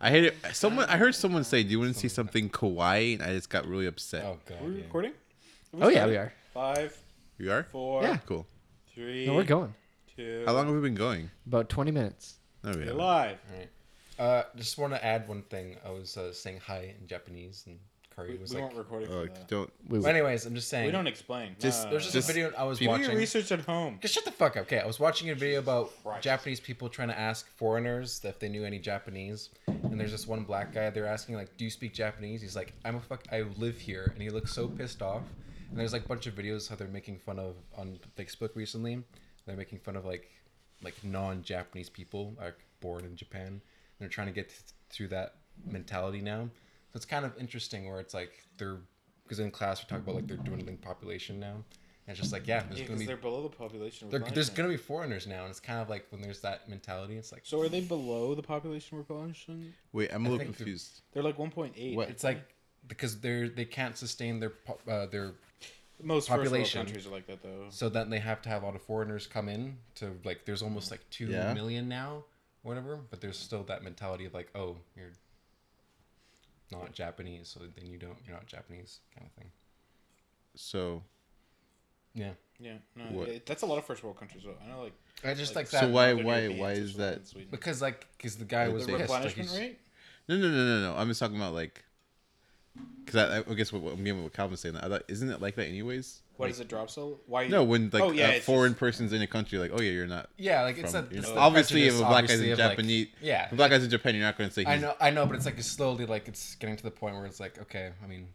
I hate it. Someone I heard someone say, "Do you want to see something kawaii?" And I just got really upset. Oh god. Are we yeah. recording? Have Oh, yeah, started? we are. Five, You are four, Yeah. cool. three, No, we're going. two. How long have we been going? About 20 minutes. No, we You're haven't. live. Uh, just want to add one thing. I was uh, saying hi in Japanese, and Kari We, was we like. weren't recording. Oh, for that. don't. We But anyways, I'm just saying. We don't explain. Just- No, There's just, Just a video I was people- do watching. your research at home. Just shut the fuck up. Okay, I was watching a video about Christ. Japanese people trying to ask foreigners if they knew any Japanese, and there's this one black guy. They're asking like, "Do you speak Japanese?" He's like, "I'm a fuck. I live here," and he looks so pissed off. And there's like a bunch of videos how they're making fun of on Facebook recently. They're making fun of like like non-Japanese people like born in Japan. And they're trying to get th- through that mentality now. So it's kind of interesting where it's like they're because in class we talk about like their dwindling population now. And it's just like yeah, there's Yeah, gonna because be they're below the population. we're there, punishing. there's gonna be foreigners now, and it's kind of like when there's that mentality. It's like So are they below the population we're punishing? Wait, I'm a I little think- confused. They're like 1.8. What? it's like because they're they can't sustain their po- uh, their Most Population. first world countries are like that though. so then they have to have a lot of foreigners come in to like there's almost like two million Yeah. now, or whatever. But there's still that mentality of like oh you're not Japanese, so then you don't you're not Japanese kind of thing. So, Yeah, Yeah, no, What? it- that's a lot of first world countries. Though. I know, like I just Like, like, so that why, Northern why, Europeans why or is something that? in Sweden. because like because the guy The was The pissed, like replenishment he's- rate. No, no, no, no, no. I'm just talking about like, because I, I guess what, what, I'm getting what Calvin's saying. I thought, isn't it like that anyways? What is it drop cell? Why? No, when like Oh, yeah, a it's foreign just- person's in a country, like, oh yeah, you're not. Yeah, like it's from, that you're it's not- the obviously, if prejudice, a black guy's obviously, in of, like- Japanese, yeah, if a black guy's in Japan, you're not going to say. I he's- know, I know, but it's like it's slowly like it's getting to the point where it's like, okay, I mean,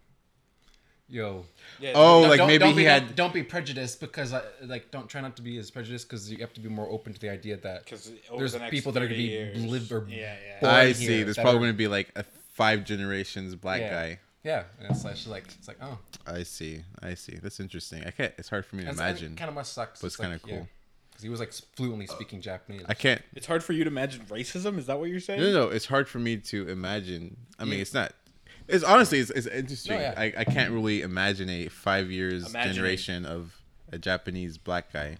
yo, Yeah, Oh, No, like don't- maybe don't he be, had. Don't, don't be prejudiced because I, like don't try not to be as prejudiced because you have to be more open to the idea that because over There's the next people that are gonna 30 be years, live or yeah, yeah. born I here see. There's that probably are- going to be like a five generations black yeah, guy. Yeah, and it's like, it's like it's like oh, I see. I see. That's interesting. I can't. It's hard for me to And it's- and imagine. It kind of must sucks. but it's kinda cool. because he was like fluently speaking Japanese. I can't. It's hard for you to imagine racism. Is that what you're saying? No, no, no, it's hard for me to imagine. I mean, it's not. It's honestly, it's, it's interesting. No, yeah. I, I can't really imagine a five years Imagine it. generation of a Japanese black guy.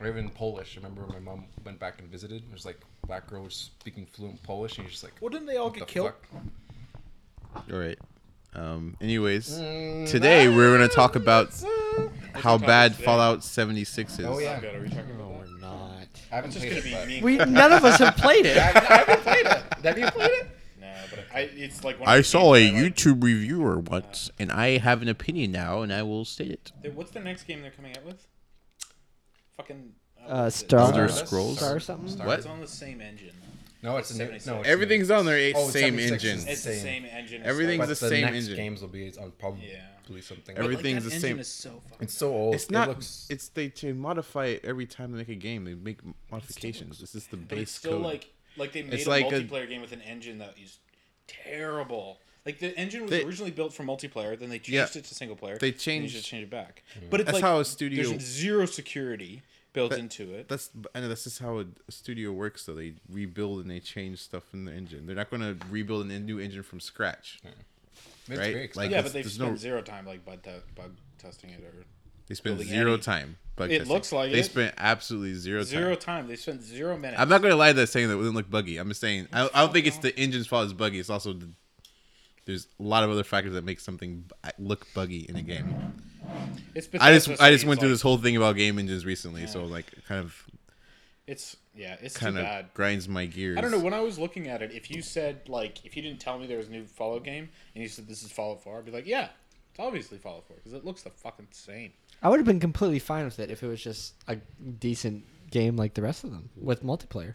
or even Polish. I remember when my mom went back and visited. There's like a black girl was speaking fluent Polish, and you're just like, Well, didn't they all what get the killed? fuck? All right. Um. Anyways, Mm, today we're gonna talk about how topic bad today? Fallout 76 is. Oh yeah, Oh, God, are we talking about that? not. I haven't It's just played it, gonna but- be me. We none of us have played it. I haven't played it. Have you played it? No, but I, it's like one of I those saw a games that I like- YouTube reviewer once, and I have an opinion now, and I will state it. Hey, What's the next game they're coming out with? Fucking. Uh, what is it? Star- Elder Stardust? Scrolls? Star something? Stardust. What? It's on the same engine. No, it's a new, no. It's 76. Everything's on there. Oh, same 76 is- engine. It's the Same. same engine. as Everything's but Star- the the, same next engine. games will be on probably Yeah. something. But, Everything. everything's that the engine same. Is so fucking It's so old. It's not. It looks, It's they, they modify it every time they make a game. They make modifications. This is the But it's base still code. like like they made It's a like a- multiplayer game with an engine that is terrible. Like the engine was They- originally built for multiplayer, then they changed Yeah. it to single player. They and changed- you just change it back. But it's That's like how a studio- there's zero security built into it. that's I know that's just how a studio works. Though they rebuild and they change stuff in the engine. They're not going to rebuild a new engine from scratch. right? it's very Like- expensive. yeah, there's- but they've there's spent no- zero time like bug, te- bug testing it or They spend Building zero any- time. Bug It testing. looks like they it. spent absolutely zero time. zero time. They spent zero minutes. I'm not going to lie to that saying that it wouldn't look buggy. I'm just saying I, I don't think it's the engine's fault. It's buggy. It's also the, there's a lot of other factors that make something bu- look buggy in a game. It's I just Bethesda, I so just went it's through like- this whole thing about game engines recently, so like kind of It's yeah, it's too kind bad. of grinds my gears. I don't know. When I was looking at it, if you said like, if you didn't tell me there was a new Fallout game and you said this is Fallout Four, I'd be like, yeah, it's obviously Fallout Four because it looks the fucking same. I would have been completely fine with it if it was just a decent game like the rest of them with multiplayer.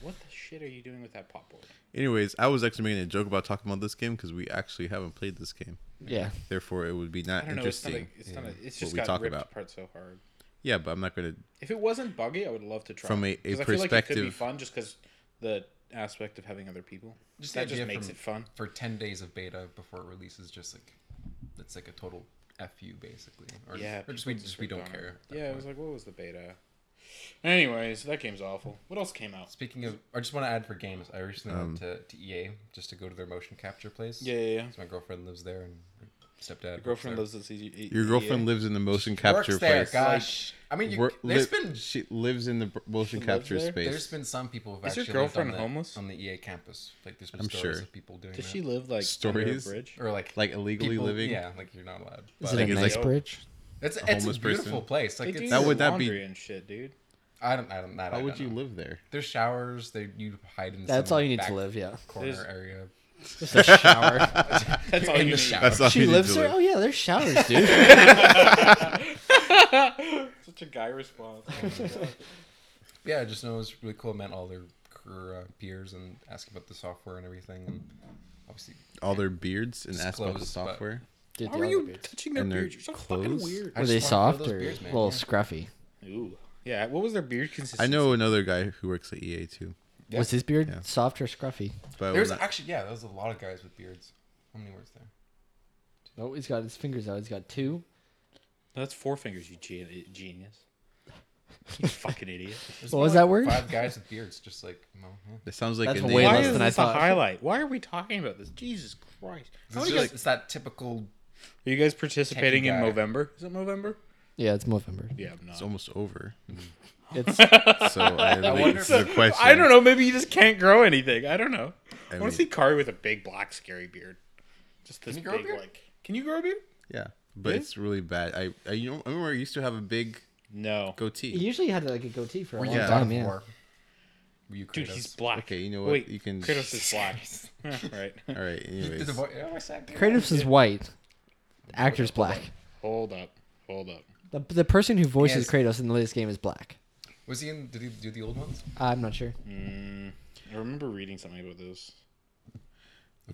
What the shit are you doing with that pop board? Anyways, I was actually making a joke about talking about this game because we actually haven't played this game. Yeah. Therefore, it would be I not don't know. It's not. interesting. A, it's not. A, it's just we got talk ripped about. apart so hard. yeah, but I'm not gonna. If it wasn't buggy, I would love to try. From it, a- a 'cause I feel like it could be perspective- fun just because the aspect of having other people. Just the that just idea makes from- it fun. For ten days of beta before it releases, just like it's like a total fu basically. Or, Yeah. Or just we people just we ripped don't on it. care. Yeah, it was like, what was the beta? Anyways, that game's awful. What else came out? Speaking of, I just want to add for games. I Um, E recently went to, to EA just to go to their motion capture place. Yeah, yeah, yeah. 'Cause My girlfriend lives there, and stepdad. Your girlfriend works lives at CG. Your girlfriend lives in the motion there. capture works there. place. Gosh, I mean, you, Wor- there's li- been she lives in the b- motion She lives capture there? space. there's been some people who've Is your actually lived on girlfriend the- homeless? on the EA campus. Like there's been I'm stories sure. of people doing Does that. she live like Stories? under a bridge? or like like illegally people- living. Yeah, like you're not allowed. Is But, it Like, a it's nice like- bridge? it's a it's a homeless beautiful person? place. They Like do it's, That that would- would that be- laundry and shit, dude. I don't I don't that I How would don't you know. live there? There's showers. They you hide in. That's some all you need back to live. Yeah, Corner There's- area. just a shower. That's all in the you need. shower. That's all she you need lives to there. live. Oh yeah, there's showers, dude. Such a guy response. Oh my God. Yeah, I just know it was really cool. I met all their career, uh, peers and asked about the software and everything. And obviously, All their beards and ask about the Disclosed, but- software. Dude, Why the were other you beards. touching their And their beard? You're so clothes? fucking weird. I Were just they wanna feel soft those or beards, man, a little yeah. scruffy? Ooh. Yeah. What was their beard consistency? I know another guy who works at EA too. Yeah. Was his beard Yeah. soft or scruffy? But there's when I- actually yeah, there was a lot of guys with beards. How many words there? Oh, he's got his fingers out. He's got two. That's four fingers. You gen- genius. You fucking idiot. There's What more was like that word? Five guys with beards, just like you know, yeah. it sounds like That's a way name- Why less is than this I a thought. highlight? Why are we talking about this? Jesus Christ! How It's, many just, guys- it's that typical. are you guys participating in guy. Movember? Is it Movember? Yeah, it's November. Yeah, I'm not. It's almost over. It's So I, wonder like, if- it's a question. I don't know. Maybe you just can't grow anything. I don't know. I, want mean- to see Kari with a big black scary beard. Just this you grow a big beard? like. Can you grow a beard? Yeah, but it's really bad. I, I you know I remember I used to have a big No, he goatee. usually had like a goatee for a long yeah. time. Yeah. Or were you dude, Kratos? he's black. Okay, you know what? Wait, You can- Kratos is black. Yeah, right. All right. Did Anyways, the vo- oh, I said beard. Kratos is white. The actor's black. Hold up. Hold up. The, the person who voices Yes. Kratos in the latest game is black. Was he in? Did he do the old ones? I'm not sure. Mm, I remember reading something about this.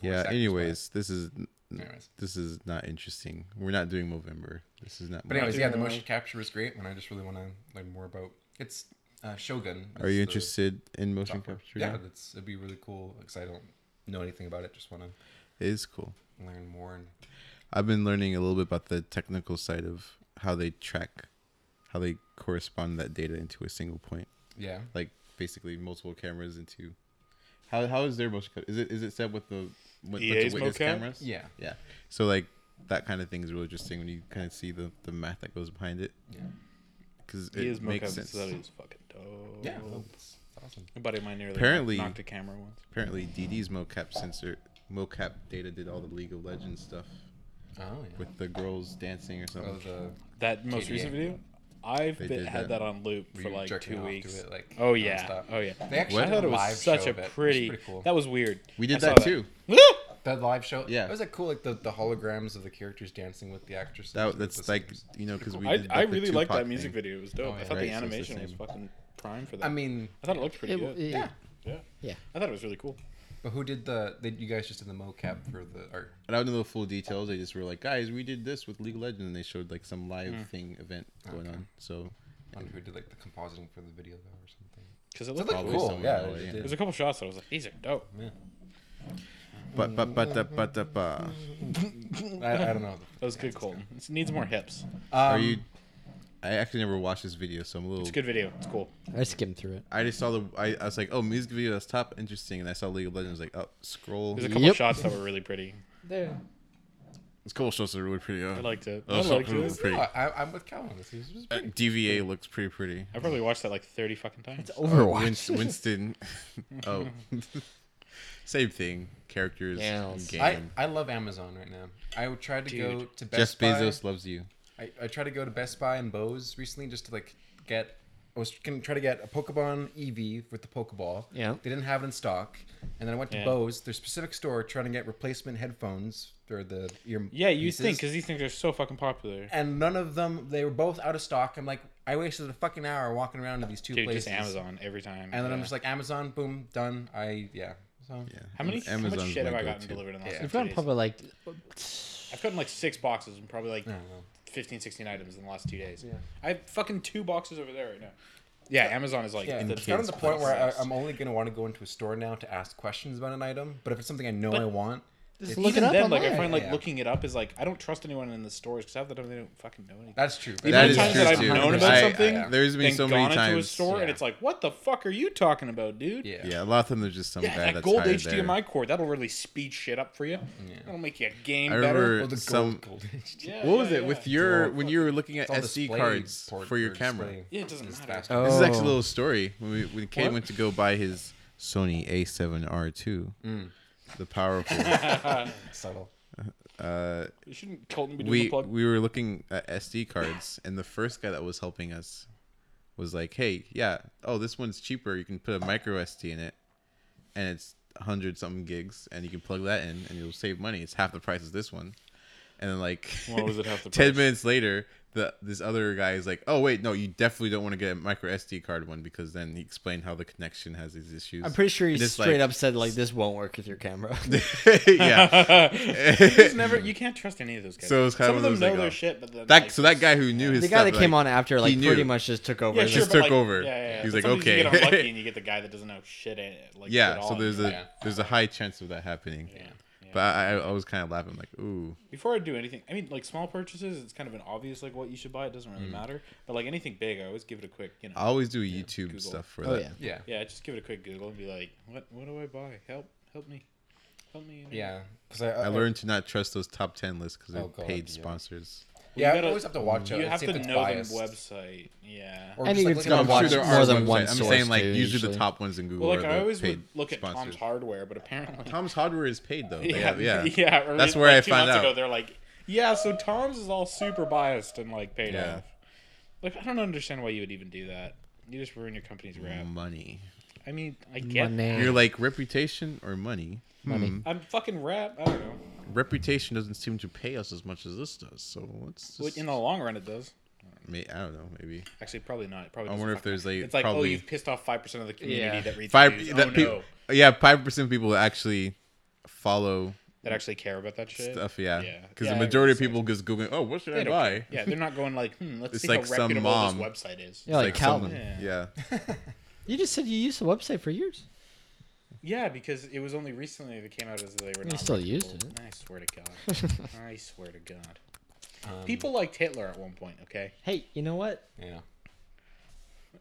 yeah. actor's Anyways, this is Anyways. this is not interesting. We're not doing Movember. This is not. But anyways, Actor yeah, the in motion Life. capture was great, and I just really want to learn more about. It's uh, Shogun. Are is you the interested in motion software. capture? Yeah, that's it'd be really cool because I don't know anything about it. Just want to it is cool. learn more. And I've been learning a little bit about the technical side of how they track, how they correspond that data into a single point, yeah, like basically multiple cameras into. How how is their motion? cap- Is it is it set with the with E bunch EA's of witness mocap? cameras? yeah, Yeah. So like that kind of thing is really interesting when you kind of see the the math that goes behind it yeah, because He it is makes mocap. sense. That is fucking dope. yeah. no, It's it's awesome. A buddy of mine nearly Apparently- knocked a camera once. Apparently, DD's mocap sensor mocap data did all the League of Legends stuff Oh yeah. with the girls dancing or Oh, something. the That most KDA. recent video, I've They been, did had that. that on loop were for you like jerking two off to weeks. it, like, oh yeah, nonstop? oh yeah. They actually I had thought a it live was such show a of it. It was pretty. pretty cool. That was weird. We did I saw that too. that live show. Yeah. it was like cool, like the, the holograms of the characters dancing with the actresses. That and the that's like singers. you know because we I, did, I like, the really liked Tupac that music thing. video. It was dope. Oh, I yeah. Right, thought the so it's the animation was same. fucking prime for that. I mean, I thought it looked pretty It- good. it- yeah. yeah, yeah. I thought it was really cool. But who did the? They, you guys just did the mocap for the art. I don't know the full details. They just were like, guys, we did this with League of Legends, and they showed like some live thing event going on. So I wonder who did like the compositing for the video though, or something. Because it looked Probably cool. someone yeah, who they did. did. There's a couple shots that I was like, these are dope. but but but da- but da- ba. I, I don't know. That was good, Colton. It needs Mm-hmm. more hips. Are Um, you? I actually never watched this video, so I'm a It's little. a good video. It's cool. I skimmed through it. I just saw the. I, I was like, oh, music video that's top interesting, and I saw League of Legends. Like, oh, scroll. There's a couple Yep. shots that were really pretty. There. It's cool. Shows are really pretty. I Uh, liked it. Oh, I liked so it. pretty. No, I, I'm with Cal on this. It was- it was Uh, pretty- DVA looks pretty pretty. I probably watched that like 30 fucking times. Winst- Overwatch. Winston. oh, same thing. Characters. Yes. Game. I, I love Amazon right now. I would try to go Dude. to Jeff Best Buy. Bezos loves you. I, I tried to go to Best Buy and Bose recently just to like get. I was gonna try to get a Pokemon EV with the Pokeball. Yeah. They didn't have it in stock, and then I went to Yeah. Bose, their specific store, trying to get replacement headphones for the ear. Yeah, you pieces. think because these things are so fucking popular. And none of them. They were both out of stock. I'm like, I wasted a fucking hour walking around to these two Dude, places. just Amazon every time. And then I'm just like, Amazon, boom, done. I yeah. So Yeah. how many how much Amazon's shit have my I gotten go-to. delivered in the last Yeah. like, You've two gotten days? probably like I've gotten like six boxes and probably like I don't know. 15, 16 items in the last two days. I have fucking two boxes over there right now. Yeah, Amazon is like Yeah, the it's kind of the biggest point where I, place. I'm only going to want to go into a store now to ask questions about an item. But if it's something I know But- I want, Just It's- look Even it up then, online. like I find like Yeah. looking it up is like I don't trust anyone in the stores because half the time they don't fucking know anything. That's true. but The amount That of is times true that I've too. known about I- something, I- there's been and so gone many into a times. store and Yeah. it's like, what the fuck are you talking about, dude? Yeah. Yeah, a lot of them there's just some Yeah, guy that that's gold hired HDMI there. cord that'll really speed shit up for you. That'll make your game I better. remember Well, the gold, some. gold. Yeah, What was yeah, it with yeah. your Well, when you were looking at It's all SD display cards port- for your or camera? display. Yeah, it doesn't It's matter. faster. This is actually Oh. a little story. When we when Kay What? went to go buy his Sony A7R two, the powerful. Subtle. You shouldn't Colton be doing the we plug? we were looking at SD cards, and the first guy that was helping us was like, "Hey, yeah, oh, this one's cheaper. You can put a micro SD in it, and it's hundred something gigs, and you can plug that in, and you'll save money. It's half the price as this one." And then like, What was it half the ten price? minutes later, the this other guy is like, "Oh wait, no, you definitely don't want to get a micro SD card one because then he explained how the connection has these issues." I'm pretty sure he And it's like- straight up said like this won't work with your camera. yeah. It's never. You can't trust any of those guys. So it was kinda some one of of those, them know like, their oh, shit, but then That like, so that guy who knew his the guy stuff, that came like, on after like knew. pretty much just took over. yeah, and sure, just but, took like, over. Yeah, yeah, yeah. He's But like, sometimes okay. You get unlucky and you get the guy that doesn't know shit. At, like, at Yeah, all. so there's a Yeah. there's a high chance of that happening. But I, I, I was kind of laughing like, ooh, before I do anything, I mean, like small purchases, it's kind of an obvious like what you should buy. It doesn't really Mm. matter. But like anything big, I always give it a quick, you know. I always do YouTube Google. stuff for Oh that. yeah. Yeah. yeah, just give it a quick Google and be like, what What do I buy? Help, help me, help me. you know? Yeah. Because I, I learned to not trust those top ten lists because they're Oh, God, paid yeah. sponsors. Yeah, You I gotta- always have to watch out. You and have see if to it's know biased. the website. Yeah. Or I just, like, think it's look at gonna the No, I'm sure watch watch- there more are than websites. one I'm source, saying like too, usually, usually. the top ones in Google Well, like are I the always paid would look at sponsors. Tom's Hardware, but apparently Tom's Hardware is paid though. They Yeah, have- yeah, yeah. or That's it- where like I two found months Ago, out. they're like, yeah, so Tom's is all super biased and like paid Yeah. off. Like, I don't understand why you would even do that. You just ruin your company's rep. Mm. Money. I mean, I get Money. You're like reputation or money. Money. I'm fucking rep. I don't know. Reputation doesn't seem to pay us as much as this does. So let's Well, just. in the long run, it does. may, I don't know. Maybe Actually, probably not. It Probably. I doesn't wonder if fucking- there's like It's like, oh, probably you've pissed off five percent of the community Yeah. that reads five. news. that oh, peop- no. Yeah, five percent of people actually follow that actually care about that shit. stuff. Yeah, Yeah. because Yeah, the I majority of guess so. people just googling, oh, what should They I don't buy? care. Yeah, they're not going like, hmm, let's It's see like how some reputable mom. this website is. Yeah, like, Calvin. someone- yeah. Yeah. You just said you used the website for years. Yeah, because it was only recently that came out as they were. They not still reputable. used it. I swear to God. I swear to God. Um, People liked Hitler at one point. Okay. Hey, you know what? Yeah.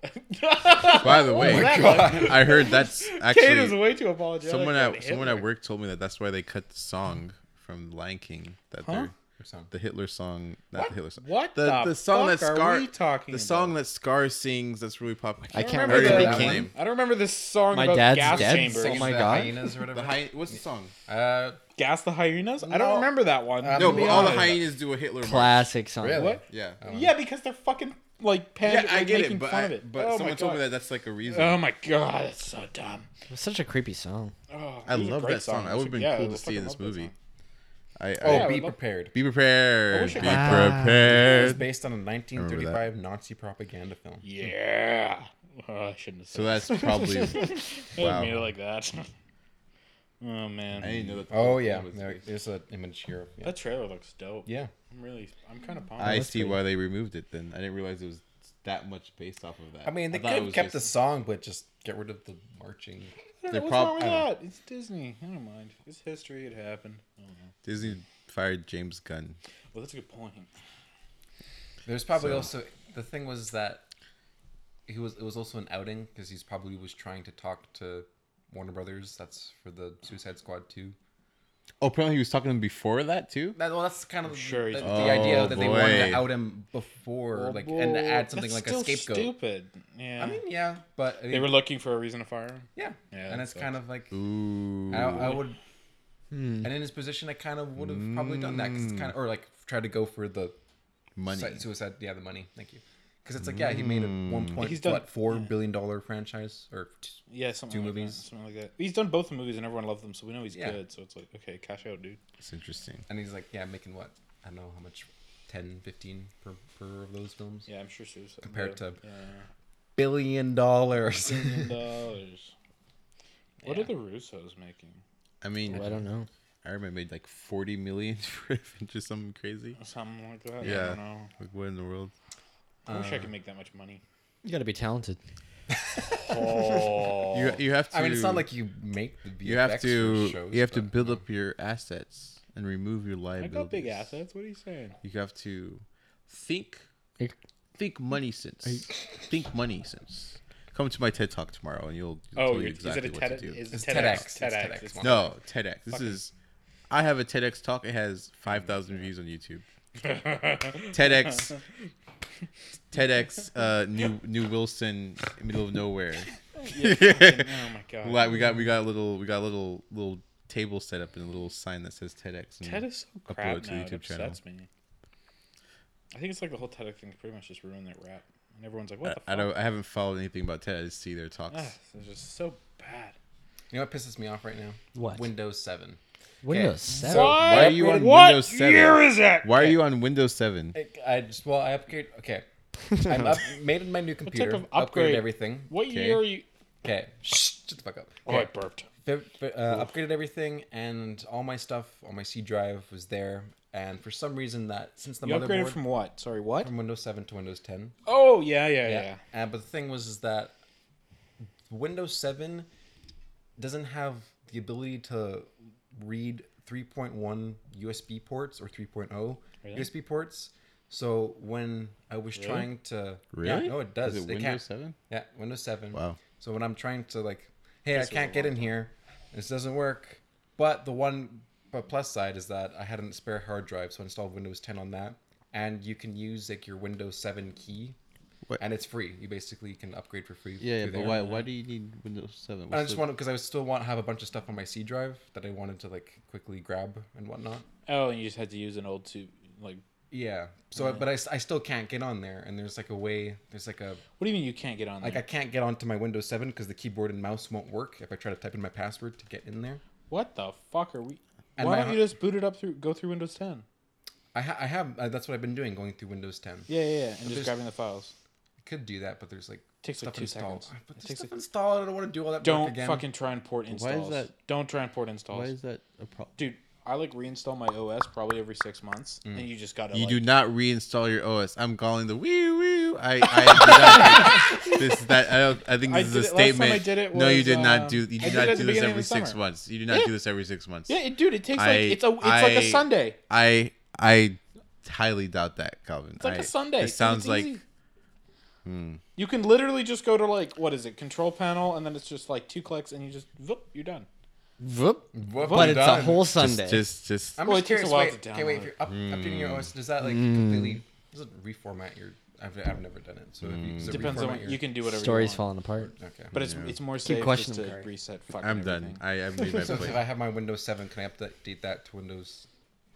By the way, That one. I heard that's Oh Kate is actually way too apologetic. someone on at someone Hitler. at work told me that that's why they cut the song from Lion King that they're Or something. the Hitler song, not What? the Hitler song. What the fuck are we talking the song about? that Scar sings that's really popular. I can't I already remember forget that the one. name. I don't remember this song My about dad's gas dead, chambers. so my the God. Hyenas or The whatever. hy- what's the song? uh, gas the hyenas. I No. don't remember that one. Uh, No, Let me but all the honest. hyenas do a Hitler march. Classic song. Really? What? Yeah. Yeah, because they're fucking like Yeah, pan- I like, get making it, but fun I- of it. but oh my someone told me God. that that's like a reason. Oh my god, that's so dumb. It was such a creepy song. Oh, I it was a love great that song. That would have been Yeah, cool I to see fucking in this love that movie. song. I, I oh, Yeah, be I love- prepared. be I prepared. wish I Be could- Ah. It was prepared. based on a 1935 Nazi propaganda film. Yeah. Oh, I shouldn't have said So that's probably. I didn't wow. mean it like that. oh man. I didn't know that. Oh yeah, there, there's an image here. Yeah. That trailer looks dope. yeah. I'm really I'm kinda pumped. I that's see pretty- why they removed it. Then I didn't realize it was that much based off of that. I mean, they thought could it have was kept the just- song, but just get rid of the marching. I don't they're know, what's prob- wrong with I that? It's Disney. I don't mind. It's history, it happened. Oh. I don't know. Disney fired James Gunn. Well that's a good point. There's probably So- also the thing was that he was it was also an outing because he's probably was trying to talk to Warner Brothers. That's for the Suicide Squad two. Oh, apparently he was talking to him before that too. That, well, that's kind of sure the, he's- the idea Oh, that they wanted boy. to out him before, Oh, like, and to add something like a scapegoat. Stupid. Yeah. I mean, yeah, but I they mean, were looking for a reason to fire him. yeah, Yeah, and that it's kind of like Ooh. I, I would, and in his position, I kind of would have probably done that 'cause it's kind of or like tried to go for the Money. Mm. Suicide, suicide yeah, the money. Thank you. Because it's like, yeah, he made a one point He's done- what four billion dollar franchise or t- Yeah, something Two like movies. That, something like that. He's done both the movies and everyone loved them, so we know he's Yeah. good. So it's like, okay, cash out, dude. It's interesting. and he's like, yeah, making what I don't know how much, 10, 15 per per of those films. Yeah, I'm sure Suicide. Compared to- yeah. Billion dollars. billion dollars. What Yeah. are the Russos making? I mean, Ooh, I don't know. Iron Man made like forty million for Avengers, something crazy. Something like that. I Yeah. don't know. Like what in the world? Uh, I wish I could make that much money. You got to be talented. Oh. You you have to. I mean, it's not like you make the VFX you have to for shows, you have to but- build up your assets and remove your I liabilities. got big assets. What are you saying? You have to think Like, think money sense. Think money sense. Come to my TED talk tomorrow, and you'll, you'll Oh, tell you you're- exactly is it a what TED? to do. Is it It's TEDx? TEDx. It's TEDx. TEDx. It's no TEDx. This is. I have a TEDx talk. It has five thousand views on YouTube. TEDx. TEDx. Uh, new New Wilson, middle of nowhere. Oh my god. Like we got we got a little we got a little little table set up and a little sign that says TEDx. And TED is so upload crap to now. YouTube it upsets me. I think it's like the whole TEDx thing pretty much just ruined that rap, and everyone's like, "What the I, I fuck?" don't. I haven't followed anything about TED. I just see their talks. Ah, it's just so bad. You know what pisses me off right now? What? Windows 7. Windows So- 7. Why are you on what Windows 7? year is it? Why are you on Windows Seven? I, I just, well, I upgrade. Okay. I'm up, made my new computer. of Upgraded upgrade? everything. What Okay. year are you? Okay. Shh, shut the fuck up. Oh, I Okay. burped. Fi- fi- uh, upgraded everything, and all my stuff on my C drive was there. And for some reason, that since the You upgraded motherboard from what? Sorry, what? from Windows 7 to Windows 10, Oh yeah, yeah, yeah. Yeah. Uh, but the thing was is that Windows 7 doesn't have the ability to read 3.1 USB ports or 3.0 USB ports. So when I was trying to Really? yeah, no, it does. Is it They Windows can't- 7? Yeah, Windows 7. Wow. So when I'm trying to like, hey, I can't get in here. This doesn't work. But the one but plus side is that I had a spare hard drive, so I installed Windows 10 on that, and you can use like your Windows 7 key, What- and it's free. You basically can upgrade for free. Yeah, through but there. why? Why do you need Windows Seven? And I just wanted because I still want to have a bunch of stuff on my C drive that I wanted to like quickly grab and whatnot. Oh, and you just had to use an old suit. Like, Yeah. So, but I, s- I still can't get on there, and there's like a way. There's like a what do you mean you can't get on? like there? I can't get onto my Windows 7 because the keyboard and mouse won't work if I try to type in my password to get in there. What the fuck are we? And Why my don't hu- you just boot it up through? Go through Windows 10. I, ha- I have. Uh, that's what I've been doing, going through Windows 10. Yeah, yeah, yeah. And there's- just grabbing the files. I could do that, but there's like Takes, like, two installed. seconds. But It there's takes, stuff like- installed. I don't want to do all that. work Don't again. fucking try and port is installs. that- Don't try and port installs. Why is that a problem? Dude, I like reinstall my OS probably every six months, Mm. and you just gotta. You like, do not reinstall your OS. I'm calling the wee wee. I, I did not. this that I don't. I think I this is a did it- last time I statement. did it no, you was, did not um, do. You I do did it not do at the this beginning of every the six summer. months. You do not Yeah. do this every six months. Yeah, it, dude, it takes I- like it's a it's like I- a Sunday. I I highly doubt that, Calvin. It's like I- a Sunday. It sounds like Hmm. You can literally just go to like what is it, control panel, and then it's just like two clicks, and you just voop, you're done. Whoop. Whoop, But it's a done. whole just Sunday. just just. I'm Well, just it takes a curious. while wait, to okay, wait. If download. Hmm. you're up, updating your OS, does that like completely? Does it reformat your? I've, I've never done it, so if you, does it Depends on reformat what your, you can do whatever. Story's you want. falling apart. Okay. But it's it's more safe just questioning to them, Gary. reset. Fucking I'm done. everything. I, I made my so if point. I have my Windows 7, can I update that to Windows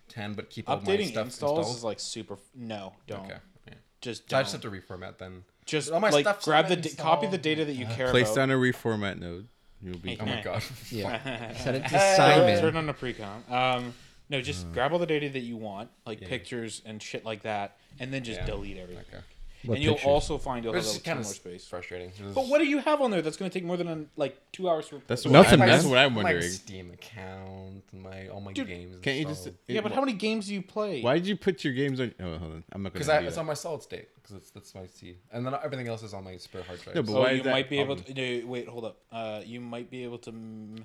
10, but keep all my Updating stuff installs installed? is like super. No, don't. okay. Yeah. Just So don't. I just have to reformat then. just all my like stuff's grab the been da- copy the installed. data that you care Placed about. on a reformat node. You'll be. Oh my god. Yeah. Set it to Uh, Simon. Turn on a precom. Um, no, just Uh. grab all the data that you want, like pictures and shit like that, and then just Yeah. delete everything. Okay. What and you'll pictures? also find you'll have It's a just ton kind of more space. space. frustrating. But what do you have on there that's going to take more than like two hours to replace? That's what Nothing, I, That's man. what I'm My wondering. Steam account, my all my Dude, games. Can't you just? yeah, but how many games do you play? Why did you put your games on? Oh, hold on. I'm not gonna. Because do it's that. on my solid state. Because that's my C, and then everything else is on my spare hard drive. No, but Oh, why is you that a might be able problem? to. No, wait, hold up. Uh, you might be able to. mm,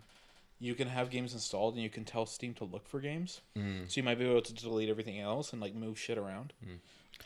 You can have games installed, and you can tell Steam to look for games. Mm. So you might be able to delete everything else and like move shit around.